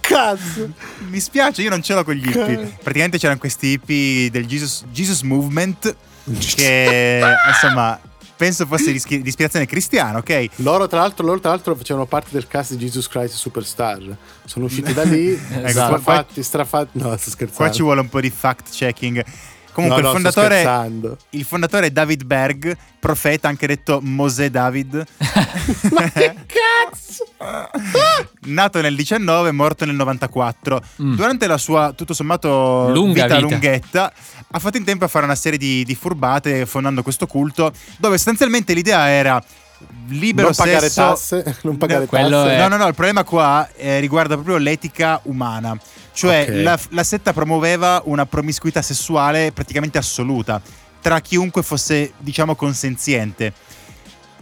C: Cazzo!
A: mi spiace, io non ce l'ho con gli hippie. Praticamente c'erano questi hippie del Jesus, Jesus Movement che, insomma, penso fosse di, schi- di ispirazione cristiana, ok?
C: Loro tra, l'altro, loro, tra l'altro, facevano parte del cast di Jesus Christ Superstar. Sono usciti da lì, strafatti, strafatti. No, sto scherzando.
A: Ecco, Qua ci vuole un po' di fact checking. Comunque
C: Certo. No,
A: il
C: no, sto
A: fondatore
C: scherzando.
A: Il fondatore è David Berg, profeta anche detto Mosè David.
C: Ma che cazzo!
A: Nato nel 19 e morto nel 94.
B: Mm.
A: Durante la sua tutto sommato
B: Lunga
A: vita,
B: vita.
A: lunghetta, ha fatto in tempo a fare una serie di, di furbate fondando questo culto dove sostanzialmente l'idea era libero
C: non pagare
A: sesso-
C: tasse, non pagare
B: quello
C: tasse.
B: è-
A: No, no, no, il problema qua eh, riguarda proprio l'etica umana. Cioè,
C: Ok.
A: la, la setta promuoveva una promiscuità sessuale praticamente assoluta tra chiunque fosse, diciamo, consenziente.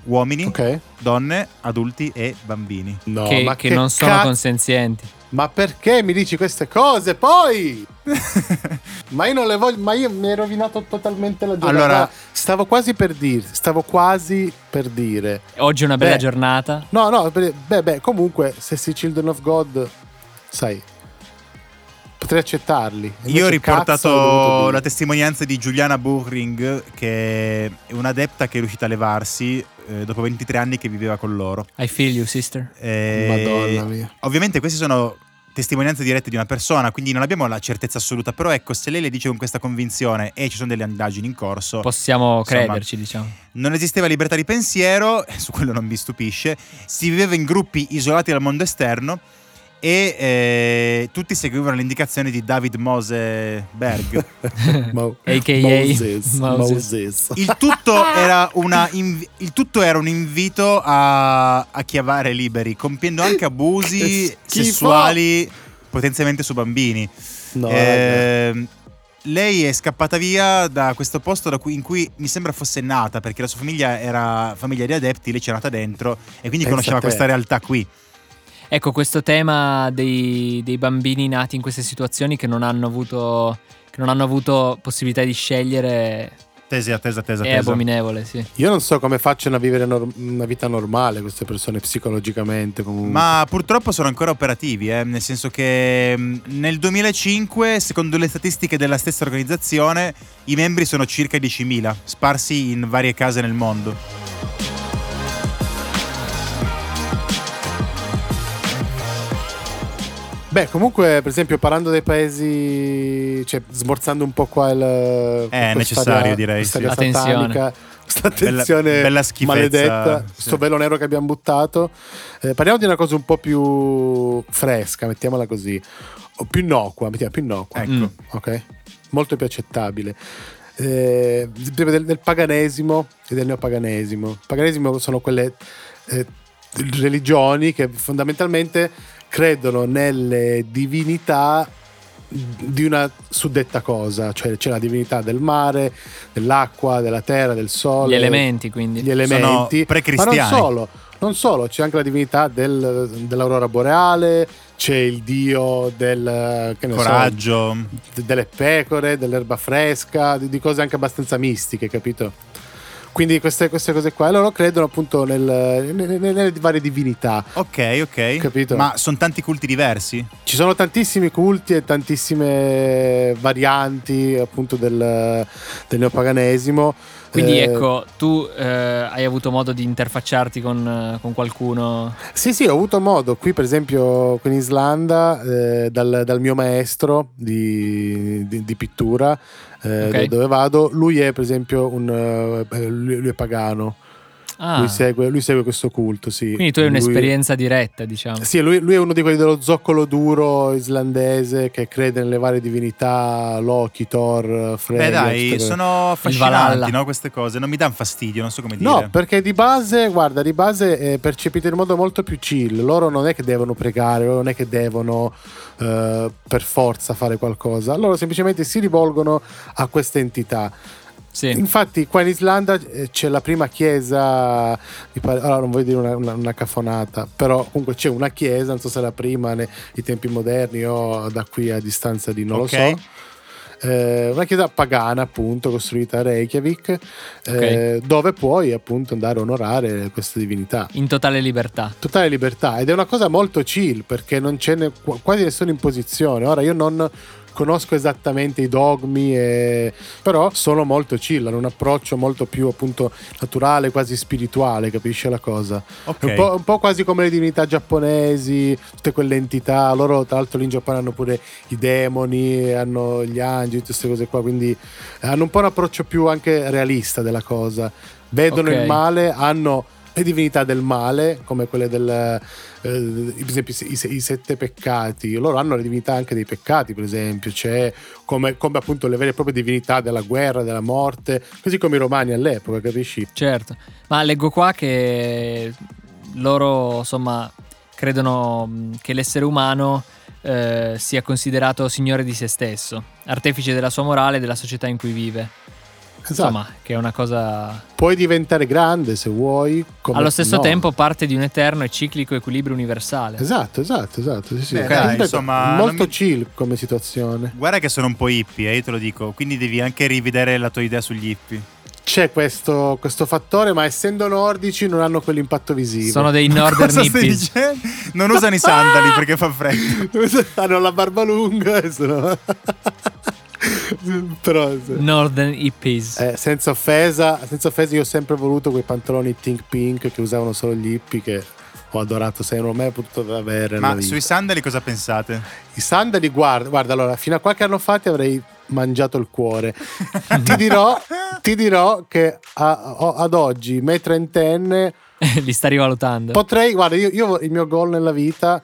A: Uomini,
C: Ok.
A: donne, adulti e bambini.
C: No,
B: che,
C: ma
B: che
C: che
B: non sono
C: ca-
B: consenzienti.
C: Ma perché mi dici queste cose poi? ma io non le voglio, ma io mi hai rovinato totalmente la giornata.
A: Allora-
C: stavo quasi per dire, stavo quasi per dire.
B: Oggi è una bella
C: Beh.
B: giornata.
C: No, no, per- beh, beh, comunque se si Children of God, sai, potrei accettarli. Invece
A: Io ho
C: cazzo, l'ho dovuto
A: riportato
C: dire.
A: la testimonianza di Giuliana Burring, che è un'adepta che è riuscita a levarsi eh, dopo 23 anni che viveva con loro.
B: I feel you, sister.
A: Eh,
C: Madonna mia.
A: Ovviamente queste sono testimonianze dirette di una persona, quindi non abbiamo la certezza assoluta, però ecco, se lei le dice con questa convinzione e ci sono delle indagini in corso,
B: Possiamo
A: Insomma.
B: crederci, diciamo.
A: non esisteva libertà di pensiero, su quello non mi stupisce, si viveva in gruppi isolati dal mondo esterno e eh, tutti seguivano le indicazioni di David Mose Berg.
C: Ma-
B: AKA
C: Moses,
B: Moses.
C: Moses.
A: Il tutto era, una inv- il tutto era un invito a, a chiavare liberi, compiendo anche abusi
C: Che schifo!
A: sessuali potenzialmente su bambini.
C: No,
A: Ehm, lei è scappata via da questo posto da cui- in cui mi sembra fosse nata, perché la sua famiglia era famiglia di adepti, lei c'era nata dentro e quindi
C: Pensa
A: conosceva
C: a te.
A: questa realtà qui.
B: Ecco, questo tema dei, dei bambini nati in queste situazioni che non hanno avuto, che non hanno avuto possibilità di scegliere
A: Attesa, attesa, attesa.
B: È abominevole, sì.
C: Io non so come facciano a vivere nor- una vita normale queste persone psicologicamente. Comunque.
A: Ma purtroppo sono ancora operativi, eh, nel senso che mh, nel 2005, secondo le statistiche della stessa organizzazione, i membri sono circa 10.000, sparsi in varie case nel mondo.
C: Beh, comunque, per esempio, parlando dei paesi, cioè smorzando un po' qua il.
A: È necessario, direi, sì.
C: Questa attenzione.
B: Attenzione.
C: Questa attenzione
A: Bella- bella schifezza,
C: maledetta,
A: sì.
C: sto velo nero che abbiamo buttato. Eh, parliamo di una cosa un po' più fresca, mettiamola così, o più innocua, mettiamola più innocua,
A: Ecco.
B: Mm.
C: ok? Molto più accettabile. Eh, del, del paganesimo e del neopaganesimo. Il paganesimo sono quelle eh, religioni che fondamentalmente credono nelle divinità di una suddetta cosa, cioè c'è la divinità del mare, dell'acqua, della terra, del sole,
B: Gli elementi, quindi.
C: gli elementi,
A: precristiani.
C: ma non solo, non solo, c'è anche la divinità del- dell'aurora boreale, c'è il dio del che ne so,
A: Coraggio.
C: d- delle pecore, dell'erba fresca, di, di cose anche abbastanza mistiche, capito? Quindi queste, queste cose qua, e loro credono appunto nel- nelle- nelle varie divinità.
A: Ok, ok.
C: Capito.
A: Ma sono tanti culti diversi.
C: Ci sono tantissimi culti e tantissime varianti appunto del, del neopaganesimo.
B: Quindi
C: Eh,
B: ecco, tu eh, hai avuto modo di interfacciarti con, eh, con qualcuno.
C: Sì, sì, ho avuto modo qui, per esempio, qui in Islanda, eh, dal, dal mio maestro di, di- di pittura, eh,
B: Ok.
C: do- dove vado, lui è per esempio un... eh, lui, lui è pagano,
B: Ah,
C: lui, segue, lui segue questo culto, sì.
B: quindi tu hai
C: Lui-
B: un'esperienza diretta, diciamo.
C: Sì, lui, lui è uno di quelli dello zoccolo duro islandese che crede nelle varie divinità, Loki, Thor, Frey.
A: Beh dai,
C: eccetera.
A: sono
B: Valhalla.
A: affascinanti no, queste cose, non mi danno fastidio, non so come dire.
C: No, perché di base, guarda, di base è percepito in modo molto più chill. Loro non è che devono pregare, loro non è che devono eh, per forza fare qualcosa. Loro semplicemente si rivolgono a queste entità.
B: Sì.
C: Infatti, qua in Islanda eh, c'è la prima chiesa. Mi pare, allora, non voglio dire una, una- una cafonata, però comunque c'è una chiesa, non so se è la prima nei nei tempi moderni o da qui a distanza di non
A: Ok.
C: lo so. Eh, una chiesa pagana, appunto, costruita a Reykjavik, eh, dove puoi appunto andare a onorare queste divinità.
B: In totale libertà.
C: Totale libertà ed è una cosa molto chill perché non c'è ne- qu- quasi nessuna imposizione. Ora io non conosco esattamente i dogmi, e- però sono molto chill, hanno un approccio molto più appunto naturale, quasi spirituale, capisci la cosa?
A: Ok.
C: È Un, po', un po' quasi come le divinità giapponesi, tutte quelle entità, loro tra l'altro lì in Giappone hanno pure i demoni, hanno gli angeli, tutte queste cose qua, quindi eh, hanno un po' un approccio più anche realista della cosa. Vedono
B: Ok.
C: il male, hanno le divinità del male, come quelle del, eh, per esempio, i, se- i sette peccati, loro hanno le divinità anche dei peccati, per esempio, c'è come, come appunto le vere e proprie divinità della guerra, della morte, così come i romani all'epoca, capisci?
B: Certo, ma leggo qua che loro insomma credono mh, che l'essere umano eh, sia considerato signore di se stesso, artefice della sua morale e della società in cui vive.
C: Esatto.
B: Insomma, che è una cosa...
C: Puoi diventare grande se vuoi. come-
B: Allo stesso
C: no.
B: tempo parte di un eterno e ciclico equilibrio universale.
C: Esatto, esatto, esatto. Sì, sì.
A: Beh,
C: Eh,
A: dai,
C: ripeto,
A: insomma,
C: molto
A: non mi-
C: chill come situazione.
A: Guarda che sono un po' hippie, eh, io te lo dico, quindi devi anche rivedere la tua idea sugli hippie.
C: C'è questo, questo fattore, ma essendo nordici non hanno quell'impatto visivo.
B: Sono dei northern
A: Cosa stai
B: hippies.
A: dicendo? Non usano i sandali perché fa freddo.
C: hanno la barba lunga. e sono- Però se-
B: Northern hippies.
C: eh, senza offesa, senza offesa, io ho sempre voluto quei pantaloni think pink che usavano solo gli hippie che ho adorato, se non ho mai potuto avere. nella
A: Ma
C: vita.
A: sui sandali cosa pensate?
C: I sandali, guarda, guarda, allora, fino a qualche anno fa ti avrei mangiato il cuore. ti, dirò, ti dirò che a- o- ad oggi, me trentenne,
B: Li sta rivalutando.
C: potrei, guarda, io, io il mio goal nella vita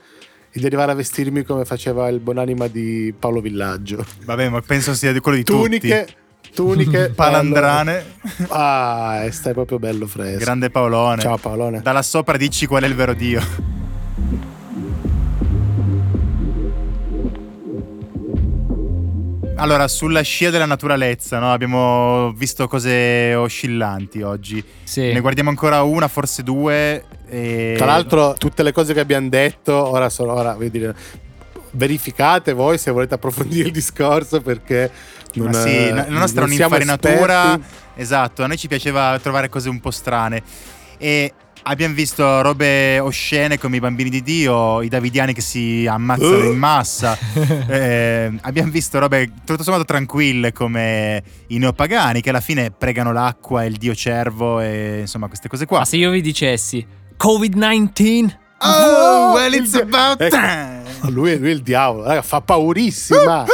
C: è di arrivare a vestirmi come faceva il buonanima di Paolo Villaggio.
A: Vabbè, ma penso sia di quello di
C: Tuniche,
A: tutti.
C: tuniche,
A: Palandrane.
C: Ah, e stai proprio bello fresco.
A: Grande Paolone.
C: Ciao Paolone.
A: Da là sopra dici qual è il vero Dio. Allora, sulla scia della naturalezza, no? abbiamo visto cose oscillanti oggi.
B: Sì.
A: Ne guardiamo ancora una, forse due. E...
C: Tra l'altro, tutte le cose che abbiamo detto, ora sono, ora voglio dire, verificate voi se volete approfondire il discorso perché non,
A: Ma sì,
C: eh,
A: la nostra è
C: non siamo
A: un'infarinatura.
C: esperti.
A: Esatto, a noi ci piaceva trovare cose un po' strane. E abbiamo visto robe oscene come i bambini di Dio, i davidiani che si ammazzano in massa. Eh, abbiamo visto robe tutto sommato tranquille come i neopagani che alla fine pregano l'acqua e il dio cervo e insomma queste cose qua.
B: Ma se io vi dicessi COVID-19,
A: Oh, well, it's
C: Il-
A: about
C: Ecco.
A: time.
C: Lui, lui è il diavolo, raga, fa paurissima.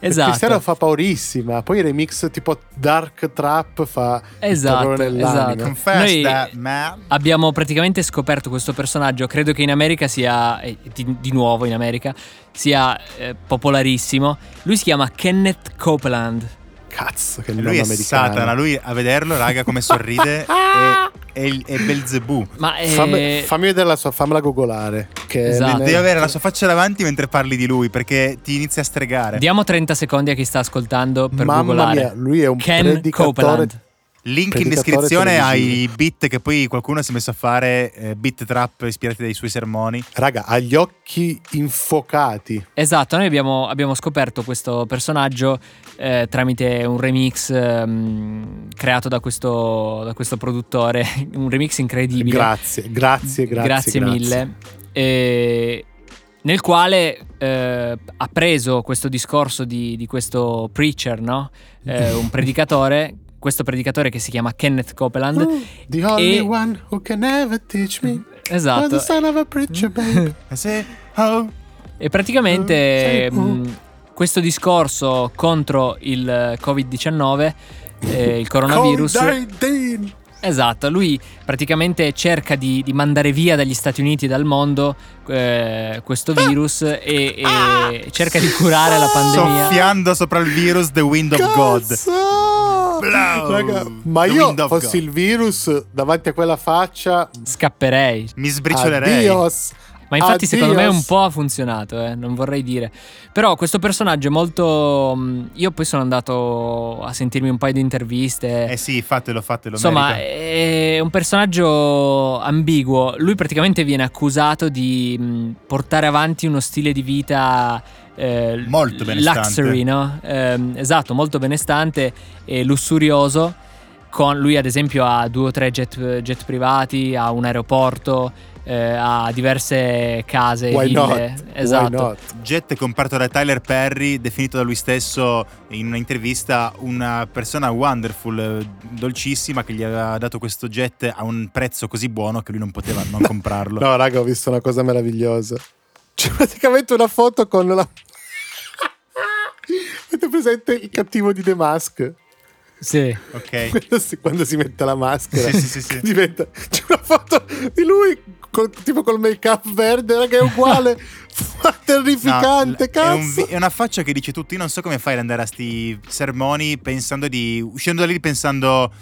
A: Esatto.
C: Il cristiano
B: esatto.
C: fa paurissima. Poi il remix tipo Dark Trap fa il
B: Esatto,
C: terrore nell'anima.
B: esatto.
A: Confess
B: Noi-
A: that, man.
B: Abbiamo praticamente scoperto questo personaggio, credo che in America sia, eh, di, di nuovo in America, sia eh, popolarissimo. Lui si chiama Kenneth Copeland.
C: Cazzo, che
A: Lui è
C: americano.
A: Satana, lui a vederlo, raga, come sorride, è, è, il- è Belzebù.
B: Ma eh,
C: Fammi, fammi vedere la sua, fammela googolare. Che
B: Esatto.
C: non è-
A: Devi avere la sua faccia davanti mentre parli di lui perché ti inizia a stregare.
B: diamo 30 secondi a chi sta ascoltando per
C: Mamma
B: googolare.
C: mia, lui è un
B: Ken
C: predicatore-
B: Copeland.
A: Link in
C: Predicatore
A: descrizione ai
C: televisivo.
A: beat che poi qualcuno si è messo a fare, eh, beat trap ispirati dai suoi sermoni.
C: Raga, ha gli occhi infuocati.
B: Esatto, noi abbiamo, abbiamo scoperto questo personaggio eh, tramite un remix ehm, creato da questo, da questo produttore, un remix incredibile.
C: Grazie, grazie, grazie.
B: Grazie mille. E nel quale eh, ha preso questo discorso di, di questo preacher, no? Eh, un predicatore, questo predicatore che si chiama Kenneth Copeland.
C: Oh, The only
B: E-
C: one who can ever teach me. I'm the
B: Esatto.
C: son of a preacher, babe.
A: Eh sì, oh.
B: E praticamente
C: Mm, sì,
B: mh, questo discorso contro il eh, Covid-19, eh, il coronavirus.
C: Covid-19.
B: Esatto, lui praticamente cerca di, di mandare via dagli Stati Uniti e dal mondo eh, questo virus e, e cerca di curare la pandemia.
A: Soffiando sopra il virus The Wind of God.
C: Cazzo!
A: Blow.
C: Raga, ma
A: The
C: io
A: wind of
C: fossi
A: God.
C: il virus davanti a quella faccia.
B: Scapperei.
A: Mi sbriciolerei.
C: Adios.
B: Ma infatti secondo me
C: Adios.
B: un po' ha funzionato, eh, non vorrei dire. Però questo personaggio è molto... mh, Io poi sono andato a sentirmi un paio di interviste.
A: Eh sì, fatelo, fatelo.
B: Insomma, eh.
A: merita.
B: è un personaggio ambiguo. Lui praticamente viene accusato di mh, portare avanti uno stile di vita eh,
A: Molto benestante.
B: luxury, no? Ehm, esatto, molto benestante e lussurioso. Con lui, ad esempio, ha due o tre jet, jet privati, ha un aeroporto, eh, ha diverse case,
C: Why
B: ville.
C: not?
B: Esatto.
C: Why not?
A: Jet comparto da Tyler Perry, definito da lui stesso in un'intervista una persona wonderful, eh, dolcissima, che gli aveva dato questo jet a un prezzo così buono che lui non poteva non comprarlo.
C: No, raga, ho visto una cosa meravigliosa. C'è praticamente una foto con la. Avete presente il cattivo di The Mask?
B: Sì.
A: Ok.
C: Quando si, quando si mette la maschera,
A: Sì, sì, sì, sì.
C: diventa- c'è una foto di lui col- tipo col make up verde, raga, è uguale, Fa-
A: No,
C: terrificante,
A: l- è,
C: cazzo.
A: un vi- è una faccia che dice tutto. Io non so come fai ad andare a sti sermoni pensando di. uscendo da lì pensando.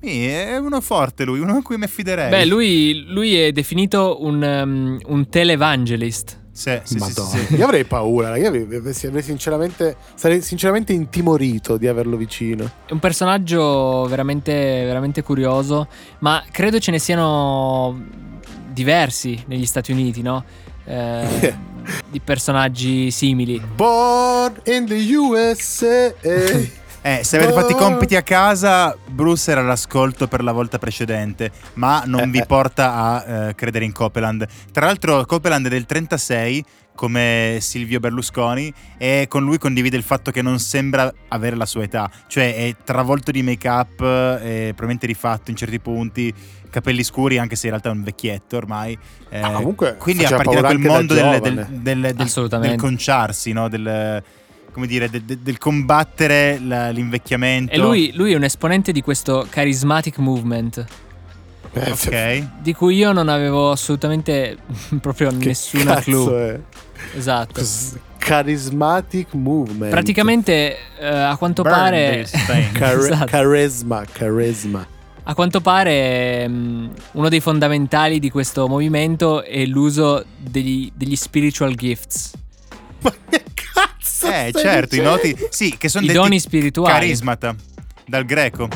A: "Mi, È uno forte lui, uno a cui mi affiderei.
B: Beh, lui, lui è definito un, um, un televangelist.
A: Sì, sì, sì, sì,
C: Madonna.
A: sì.
C: Io avrei paura, raga, io avrei- avrei sinceramente, sarei sinceramente intimorito di averlo vicino.
B: È un personaggio veramente, veramente curioso, ma credo ce ne siano diversi negli Stati Uniti, no? Eh, di personaggi simili.
C: Born in the USA.
A: Eh, se avete
C: No.
A: fatto i compiti a casa, Bruce era all'ascolto per la volta precedente, ma
C: Eh,
A: non vi porta a eh, credere in Copeland. Tra l'altro, Copeland è del 36, come Silvio Berlusconi, e con lui condivide il fatto che non sembra avere la sua età, cioè è travolto di make-up, eh, probabilmente rifatto in certi punti, capelli scuri, anche se in realtà è un vecchietto ormai. eh,
C: Ah, comunque
A: quindi a
C: faceva
A: partire da
C: paura
A: quel
C: anche
A: mondo
C: da
A: del, del,
C: giovane.
A: del- del-
B: Assolutamente.
A: del conciarsi, no? del, come dire, de- de- del combattere la- l'invecchiamento.
B: E
C: Certo.
B: lui, lui è un esponente di questo charismatic movement,
C: Eh,
A: Ok.
B: di cui io non avevo assolutamente proprio
C: che
B: nessuna
C: cazzo
B: clue.
C: è?
B: Esatto.
C: Cos- Charismatic movement.
B: Praticamente, eh, a quanto
A: Burn
B: pare...
A: this thing.
C: Car-
B: Esatto.
C: Charisma, charisma.
B: A quanto pare mh, uno dei fondamentali di questo movimento è l'uso degli, degli spiritual gifts,
C: Ma che cazzo?
A: Eh,
C: stai
A: certo, i
C: dicendo?
A: noti. Sì, che sono
B: i
A: detti
B: doni spirituali.
A: carismata dal greco.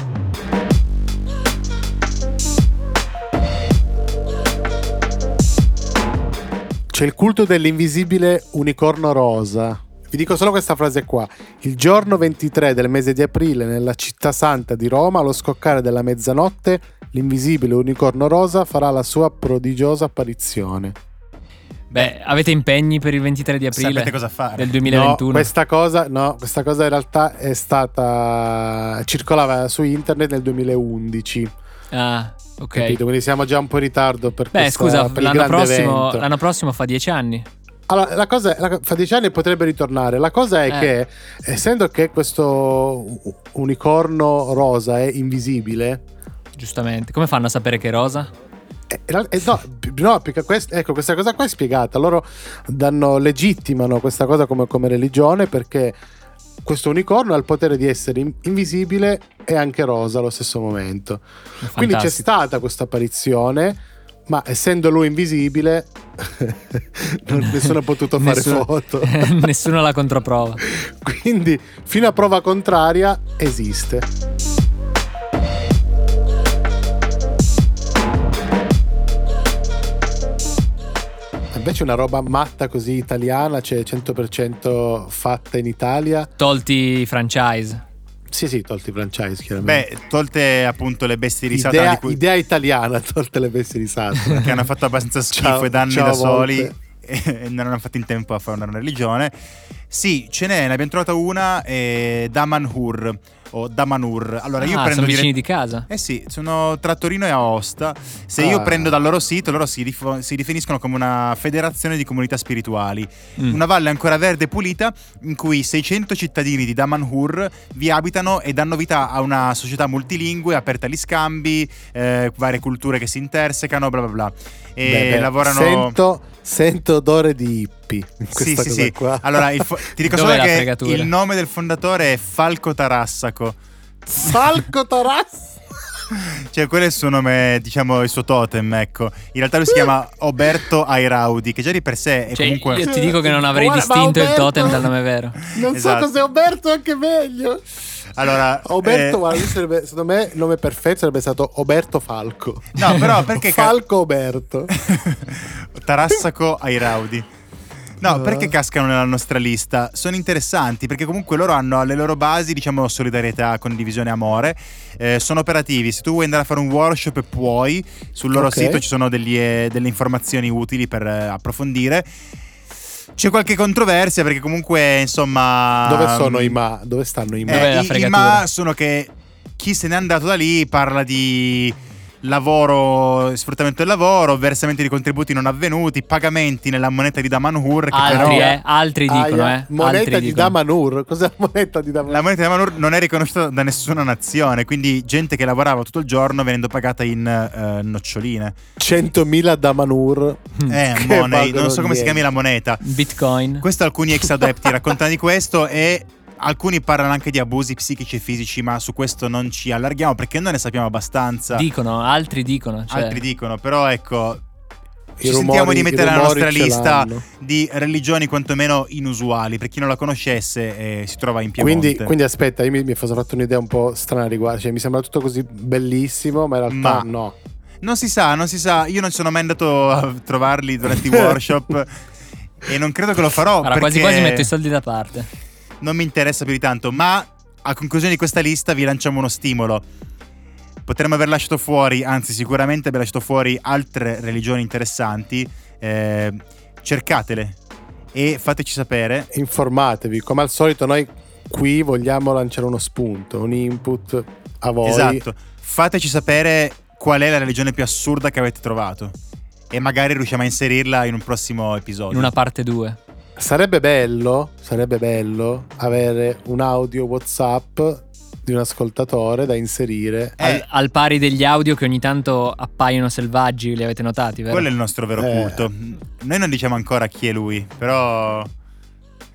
C: C'è il culto dell'invisibile unicorno rosa. Vi dico solo questa frase qua. Il giorno 23 del mese di aprile, nella città santa di Roma, allo scoccare della mezzanotte, l'invisibile unicorno rosa farà la sua prodigiosa apparizione.
B: Beh, avete impegni per il 23 di aprile
A: Sapete cosa fare.
B: del
C: No,
B: 2021?
C: questa cosa, no, questa cosa in realtà è stata. circolava su internet nel 2011.
B: Ah, ok.
C: Capito? Quindi siamo già un po' in ritardo per
B: Beh,
C: questa-
B: scusa,
C: per il
B: l'anno
C: grande
B: prossimo,
C: evento.
B: l'anno prossimo fa dieci anni.
C: Allora, la cosa, la- fra dieci anni potrebbe ritornare. La cosa è
B: Eh.
C: che, essendo che questo u- unicorno rosa è invisibile,
B: Giustamente. Come fanno a sapere che è rosa?
C: eh, in real- eh, no, p- no, perché quest- ecco, questa cosa qua è spiegata. Loro danno, legittimano questa cosa come, come religione perché questo unicorno ha il potere di essere in- invisibile e anche rosa allo stesso momento. Quindi c'è
B: Fantastico.
C: stata questa apparizione. Ma essendo lui invisibile, non- nessuno ha potuto fare
B: Nessuno-
C: foto.
B: Nessuno la controprova.
C: Quindi, fino a prova contraria, esiste. Invece una roba matta così italiana, cioè 100% fatta in Italia.
B: Tolti i franchise.
C: Sì, sì, tolti i franchise, chiaramente.
A: Beh, tolte appunto le bestie di Satana
C: idea,
A: di cui-
C: idea italiana, tolte le bestie di Satana.
A: che hanno fatto abbastanza schifo
C: Ciao-
A: e danni
C: ciao
A: da
C: volte.
A: soli e non hanno fatto in tempo a fare una religione. Sì, ce n'è, ne abbiamo trovata una, eh, Damanhur o Damanur. Allora io
B: Ah,
A: prendo
B: sono vicini
A: dire-
B: di casa.
A: Eh sì, sono tra Torino e Aosta. Se
C: Ah.
A: io prendo dal loro sito, loro si, dif- si definiscono come una federazione di comunità spirituali.
B: Mm.
A: Una valle ancora verde e pulita in cui 600 cittadini di Damanhur vi abitano e danno vita a una società multilingue aperta agli scambi, eh, varie culture che si intersecano, bla bla bla. E
C: Beh, beh,
A: lavorano...
C: Sento, sento odore di hippie. in
A: Sì,
C: questa
A: sì,
C: cosa
A: sì.
C: qua.
A: Allora, il fo- ti dico
B: Dov'è
A: solo
B: la
A: che
B: fregatura?
A: il nome del fondatore è Falco Tarassaco.
C: Falco Torasso.
A: Cioè, quello è il suo nome, diciamo, il suo totem, ecco. In realtà lui si chiama Oberto Airaudi, che già di per sé è
B: Cioè,
A: comunque...
B: io ti dico che non avrei
C: Guarda, ma
B: distinto il
C: Umberto-
B: totem dal nome vero.
C: Non
A: Esatto.
C: so cos'è Oberto, anche meglio.
A: Allora...
C: Oberto,
A: eh,
C: guarda, lui sarebbe- secondo me il nome perfetto sarebbe stato Oberto Falco.
A: No, però perché... ca-
C: Falco Oberto.
A: Tarassaco Airaudi. No,
C: Eh.
A: perché cascano nella nostra lista? Sono interessanti perché comunque loro hanno alle loro basi, diciamo, solidarietà, condivisione, amore. Eh, sono operativi. Se tu vuoi andare a fare un workshop, puoi. Sul loro
C: Ok.
A: sito ci sono degli, eh, delle informazioni utili per eh, approfondire. C'è qualche controversia perché comunque, insomma...
C: Dove sono i ma? Dove stanno i ma?
B: Dov'è
A: Eh,
B: la
A: i- i
B: fregatura?
A: ma sono che chi se n'è andato da lì parla di lavoro, sfruttamento del lavoro, versamento di contributi non avvenuti, pagamenti nella moneta di Damanhur. Che
B: Altri,
A: però
B: eh, altri
C: Aia,
B: dicono, eh.
C: Moneta
B: altri
C: di
B: dicono.
C: Damanur. Cos'è la moneta di Damanur?
A: La moneta di Damanhur non è riconosciuta da nessuna nazione, quindi gente che lavorava tutto il giorno venendo pagata in eh, noccioline.
C: 100.000 Damanur.
B: Mm.
A: Eh,
C: Che
A: money,
C: valgono
A: non so come si
C: niente.
A: chiami la moneta.
B: Bitcoin.
A: Questo alcuni ex adepti raccontano di questo e alcuni parlano anche di abusi psichici e fisici, ma su questo non ci allarghiamo perché non ne sappiamo abbastanza.
B: Dicono, altri dicono. Cioè,
A: Altri dicono, però ecco,
C: I
A: ci sentiamo
C: rumori-
A: di
C: i
A: mettere la
C: rumori
A: nostra
C: ce
A: lista
C: l'hanno.
A: di religioni quantomeno inusuali. Per chi non la conoscesse, eh, si trova in Piemonte.
C: Quindi, quindi aspetta, io mi, mi sono fatto un'idea un po' strana a riguardo. Cioè, mi sembra tutto così bellissimo, ma in
A: Ma-
C: realtà no.
A: Non si sa, non si sa. Io non sono mai andato a trovarli durante i workshop. E non credo che lo farò.
B: Guarda, quasi
A: perché
B: quasi metto i soldi da parte.
A: Non mi interessa più di tanto. Ma a conclusione di questa lista vi lanciamo uno stimolo. Potremmo aver lasciato fuori, anzi, sicuramente aver lasciato fuori altre religioni interessanti. Eh, cercatele e fateci sapere.
C: informatevi. Come al solito, noi qui vogliamo lanciare uno spunto, un input a voi.
A: Esatto. Fateci sapere qual è la religione più assurda che avete trovato. E magari riusciamo a inserirla in un prossimo
B: In
A: episodio.
B: una parte 2.
C: Sarebbe bello, sarebbe bello avere un audio WhatsApp di un ascoltatore da inserire.
A: Eh,
B: Al, al pari degli audio che ogni tanto appaiono selvaggi, li avete notati, vero?
A: Quello è il nostro vero
C: Eh.
A: culto. Noi non diciamo ancora chi è lui, però.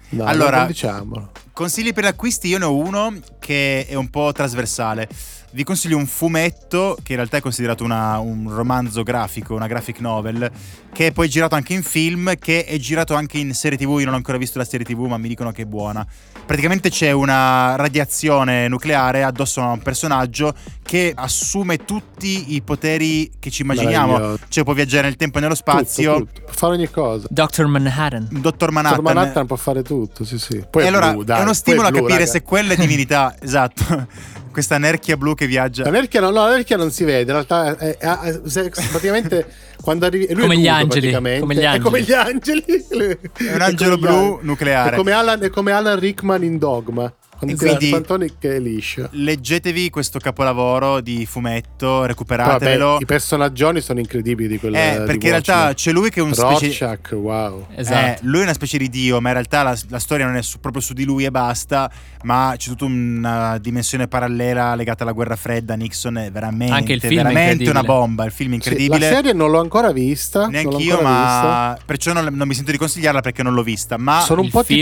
C: No,
A: allora-
C: non diciamolo.
A: Consigli per acquisti, io ne ho uno che è un po' trasversale. vi consiglio un fumetto che in realtà è considerato una- un romanzo grafico, una graphic novel, che è poi girato anche in film, che è girato anche in serie TV. Io non ho ancora visto la serie TV, ma mi dicono che è buona. Praticamente c'è una radiazione nucleare addosso a un personaggio che assume tutti i poteri che ci immaginiamo.
C: Meraviglioso.
A: Cioè può viaggiare nel tempo e nello spazio.
C: Tutto, tutto. Può fare ogni cosa.
B: Dr. Manhattan.
A: Dottor
C: Manhattan,
A: Manhattan.
C: Manhattan può fare tutto, sì, sì. Poi
A: e allora
C: blu,
A: è
C: dai,
A: uno
C: poi eh.
A: stimolo a
C: blu,
A: capire
C: raga.
A: se quella è divinità, esatto. Questa nerchia blu che viaggia.
C: La Verchia, no, no, la Verchia non si vede, in realtà eh, è- è- è- se- praticamente quando arrivi... Lui
B: Come
C: è
B: gli
C: nudo,
B: angeli,
C: praticamente.
B: come gli
C: È
B: angeli.
C: come gli angeli.
A: È un angelo blu nucleare.
C: È come, Alan, è come Alan Rickman in Dogma. Quando
A: E
C: c'è
A: quindi-
C: Fantoni che è liscio.
A: Leggetevi questo capolavoro di fumetto, recuperatevelo.
C: Vabbè, I personaggioni sono incredibili di quella
A: Eh,
C: di
A: perché in realtà
C: Watchmen.
A: c'è lui che è un specie.
C: Rorschach, wow.
A: Eh,
B: Esatto.
A: lui è una specie di dio, ma in realtà la, la storia non è su- proprio su di lui e basta. Ma c'è tutta una dimensione parallela legata alla guerra fredda. Nixon è veramente,
B: Anche il film è
A: veramente una
B: incredibile.
A: bomba. Il film è
C: Sì,
A: incredibile.
C: la serie non l'ho ancora vista. non l'ho
A: Neanche io,
C: ancora vista.
A: ma perciò non, non mi sento di consigliarla perché non l'ho vista. Ma
C: Sono un
B: il
C: po'
B: film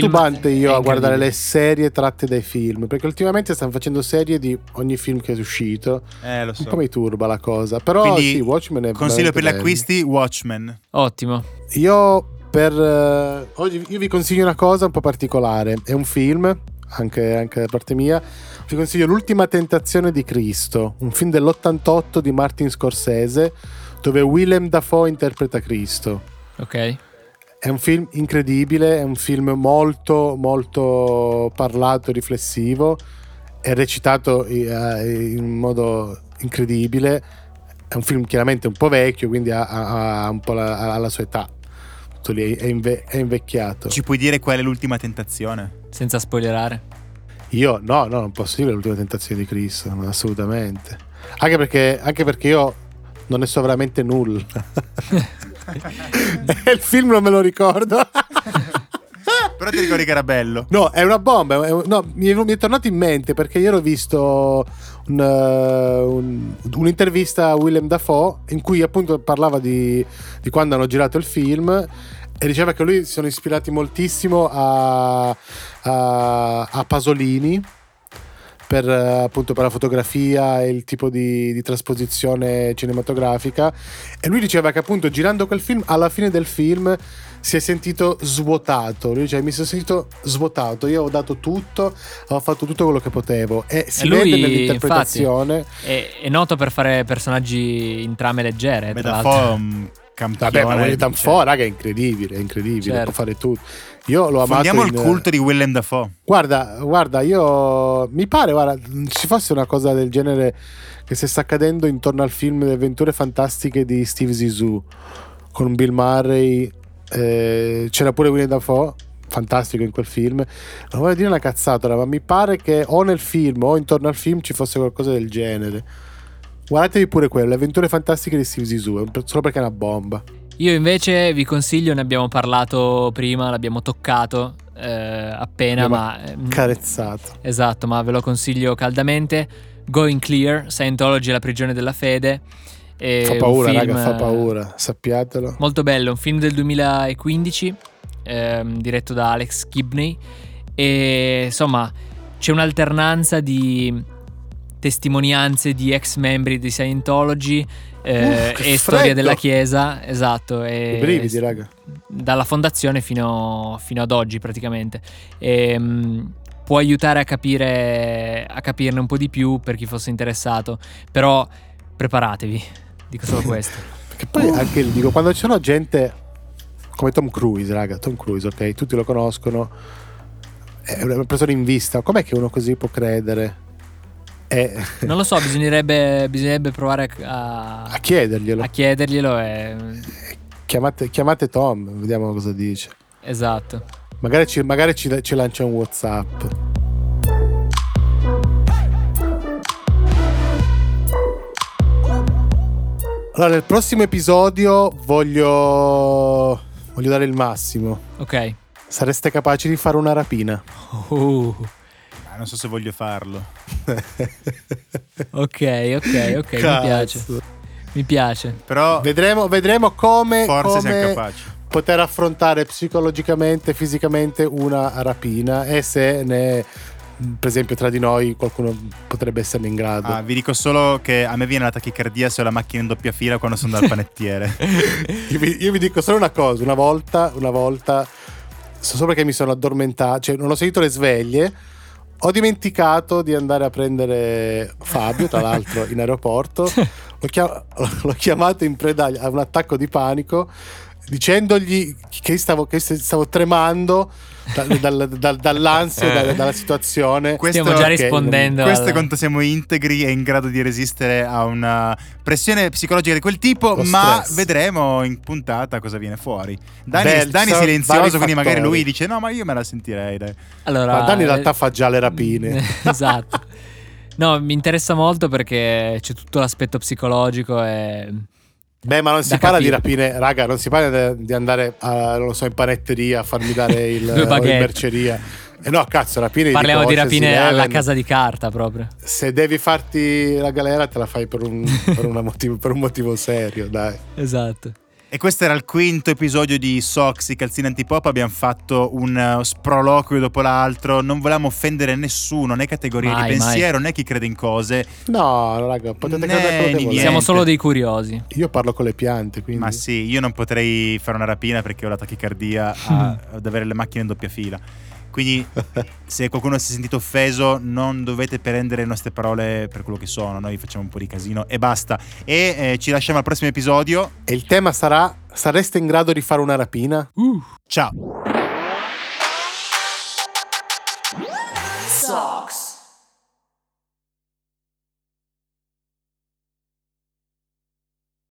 B: è
C: titubante io a
B: incredibile.
C: guardare le serie tratte dai film, perché ultimamente stanno facendo serie di ogni film che è uscito.
A: eh, lo so.
C: Un po' mi turba la cosa, però
A: Quindi,
C: sì, Watchmen è
A: Consiglio
C: veramente
A: per gli
C: bello.
A: acquisti: Watchmen.
B: Ottimo.
C: Io per eh, oggi io vi consiglio una cosa un po' particolare, è un film anche, anche da parte mia. Vi consiglio L'ultima tentazione di Cristo, un film dell'88 di Martin Scorsese, dove Willem Dafoe interpreta Cristo.
B: Ok.
C: È un film incredibile, è un film molto, molto parlato, riflessivo, è recitato eh, in modo incredibile, è un film chiaramente un po' vecchio, quindi ha, ha- ha un po' la, ha la sua età, tutto lì è, inve- è invecchiato.
A: Ci puoi dire qual è l'ultima tentazione?
B: Senza spoilerare.
C: Io no, no, non posso dire l'ultima tentazione di Cristo, no, assolutamente. Anche perché, anche perché io non ne so veramente nulla. E Il film non me lo ricordo.
A: Però ti ricordi che era bello.
C: No, è una bomba. è un- no, mi, è, mi è tornato in mente perché ieri ho visto un, eh, un- un'intervista a Willem Dafoe in cui appunto parlava di, di quando hanno girato il film e diceva che lui si sono ispirati moltissimo a, a- a Pasolini. Per, eh, appunto per la fotografia e il tipo di, di trasposizione cinematografica e lui diceva che appunto girando quel film alla fine del film si è sentito svuotato. Lui dice: Mi sono sentito svuotato. Io ho dato tutto, ho fatto tutto quello che potevo. E si
B: E lui,
C: vede nell'interpretazione.
B: È, è noto per fare personaggi in trame leggere.
A: Beh,
B: tra
A: Dafoe
B: l'altro.
A: è un mm, campione.
C: Vabbè, ma Willem
A: cioè,
C: Dafoe, raga, è incredibile, è incredibile,
B: Certo.
C: può fare tutto. Io l'ho amato.
A: Fondiamo il
C: in-
A: culto di Willem Dafoe.
C: Guarda, guarda, io mi pare, guarda, ci fosse una cosa del genere che si sta accadendo intorno al film Le avventure fantastiche di Steve Zissou con Bill Murray, eh, c'era pure Winnie Dafoe, fantastico in quel film. Non voglio dire una cazzata, ma mi pare che o nel film o intorno al film ci fosse qualcosa del genere. Guardatevi pure quello, Le avventure fantastiche di Steve Zissou, è per- solo perché è una bomba.
B: Io invece vi consiglio, ne abbiamo parlato prima, l'abbiamo toccato eh, appena,
C: Abbiamo
B: ma... ehm,
C: Carezzato.
B: Esatto, ma ve lo consiglio caldamente. Going Clear, Scientology e la prigione della fede. È
C: Fa
B: un
C: paura,
B: film,
C: raga, fa
B: eh,
C: paura, sappiatelo.
B: Molto bello, un film del 2015, ehm, diretto da Alex Kibney. E insomma, c'è un'alternanza di testimonianze di ex membri di Scientology eh,
C: Uff, Uh, che
B: e storia
C: freddo!
B: della Chiesa, esatto. E
C: I brividi, raga.
B: dalla fondazione fino, fino ad oggi praticamente. E, mh, può aiutare a capire a capirne un po' di più per chi fosse interessato, però preparatevi. Dico solo questo.
C: Che poi anche lì dico, quando c'è gente come Tom Cruise, raga, Tom Cruise, ok, tutti lo conoscono, è una persona in vista, com'è che uno così può credere? Eh,
B: Non lo so, bisognerebbe, bisognerebbe provare a,
C: a chiederglielo.
B: a chiederglielo. eh. e-
C: Chiamate, chiamate Tom, vediamo cosa dice.
B: esatto.
C: Magari ci, magari ci- ci lancia un WhatsApp. Allora, nel prossimo episodio voglio, voglio dare il massimo.
B: Ok.
C: Sareste capaci di fare una rapina?
B: Uh,
A: Ah, non so se voglio farlo.
B: ok, ok, ok. Mi
C: Cazzo.
B: piace. Mi piace.
A: Però
C: Vedremo, vedremo come,
A: Oh. forse siamo
C: come
A: capaci.
C: poter affrontare psicologicamente, fisicamente una rapina e se ne per esempio tra di noi qualcuno potrebbe esserne in grado.
A: Ah, vi dico solo che a me viene la tachicardia se ho la macchina in doppia fila quando sono dal panettiere.
C: io, vi, io vi dico solo una cosa, una volta, una volta, so solo perché mi sono addormentato, cioè non ho sentito le sveglie, ho dimenticato di andare a prendere Fabio, tra l'altro, in aeroporto, l'ho, chia- l'ho chiamato in preda a un attacco di panico dicendogli che stavo, che stavo tremando dal- dal- dal- dall'ansia, dalla- dalla situazione.
A: Questo-
B: Eh. Stiamo già
A: ok,
B: rispondendo.
A: Questo è
B: alla-
A: quanto siamo integri e in grado di resistere a una pressione psicologica di quel tipo,
C: Lo
A: ma
C: stress.
A: vedremo in puntata cosa viene fuori. Dani,
C: Bel-
A: Dani è
C: sono
A: silenzioso,
C: vari
A: quindi magari
C: fattori.
A: lui dice no, ma io me la sentirei. Dai.
B: Allora, eh,
C: Ma Dani in realtà fa già le rapine.
B: esatto. No, mi interessa molto perché c'è tutto l'aspetto psicologico e...
C: Beh, ma non si
B: Da
C: parla
B: capire.
C: di rapine, raga, non si parla de- di andare a, non lo so, in panetteria a farmi dare il
B: Due
C: o in
B: baguette.
C: merceria. E no, cazzo, rapine
B: Parliamo di
C: cose,
B: rapine
C: sì,
B: alla
C: eh,
B: casa di carta proprio.
C: Se devi farti la galera te la fai per un, per una motivo, per un motivo serio, dai.
B: Esatto.
A: E questo era il quinto episodio di Sox, i calzini antipop. Abbiamo fatto un eh, sproloquio dopo l'altro. Non volevamo offendere nessuno, né categorie
B: Mai,
A: di pensiero, né chi crede in cose.
C: No, raga, potete
A: Né,
C: credere a quello che
A: niente.
C: volete.
B: Siamo solo dei curiosi.
C: Io parlo con le piante, quindi...
A: Ma sì, io non potrei fare una rapina perché ho la tachicardia a- ad avere le macchine in doppia fila. Quindi se qualcuno si è sentito offeso non dovete prendere le nostre parole per quello che sono, noi facciamo un po' di casino e basta. E eh, ci lasciamo al prossimo episodio.
C: E il tema sarà, sareste in grado di fare una rapina?
B: Uh.
A: Ciao!
D: Socks.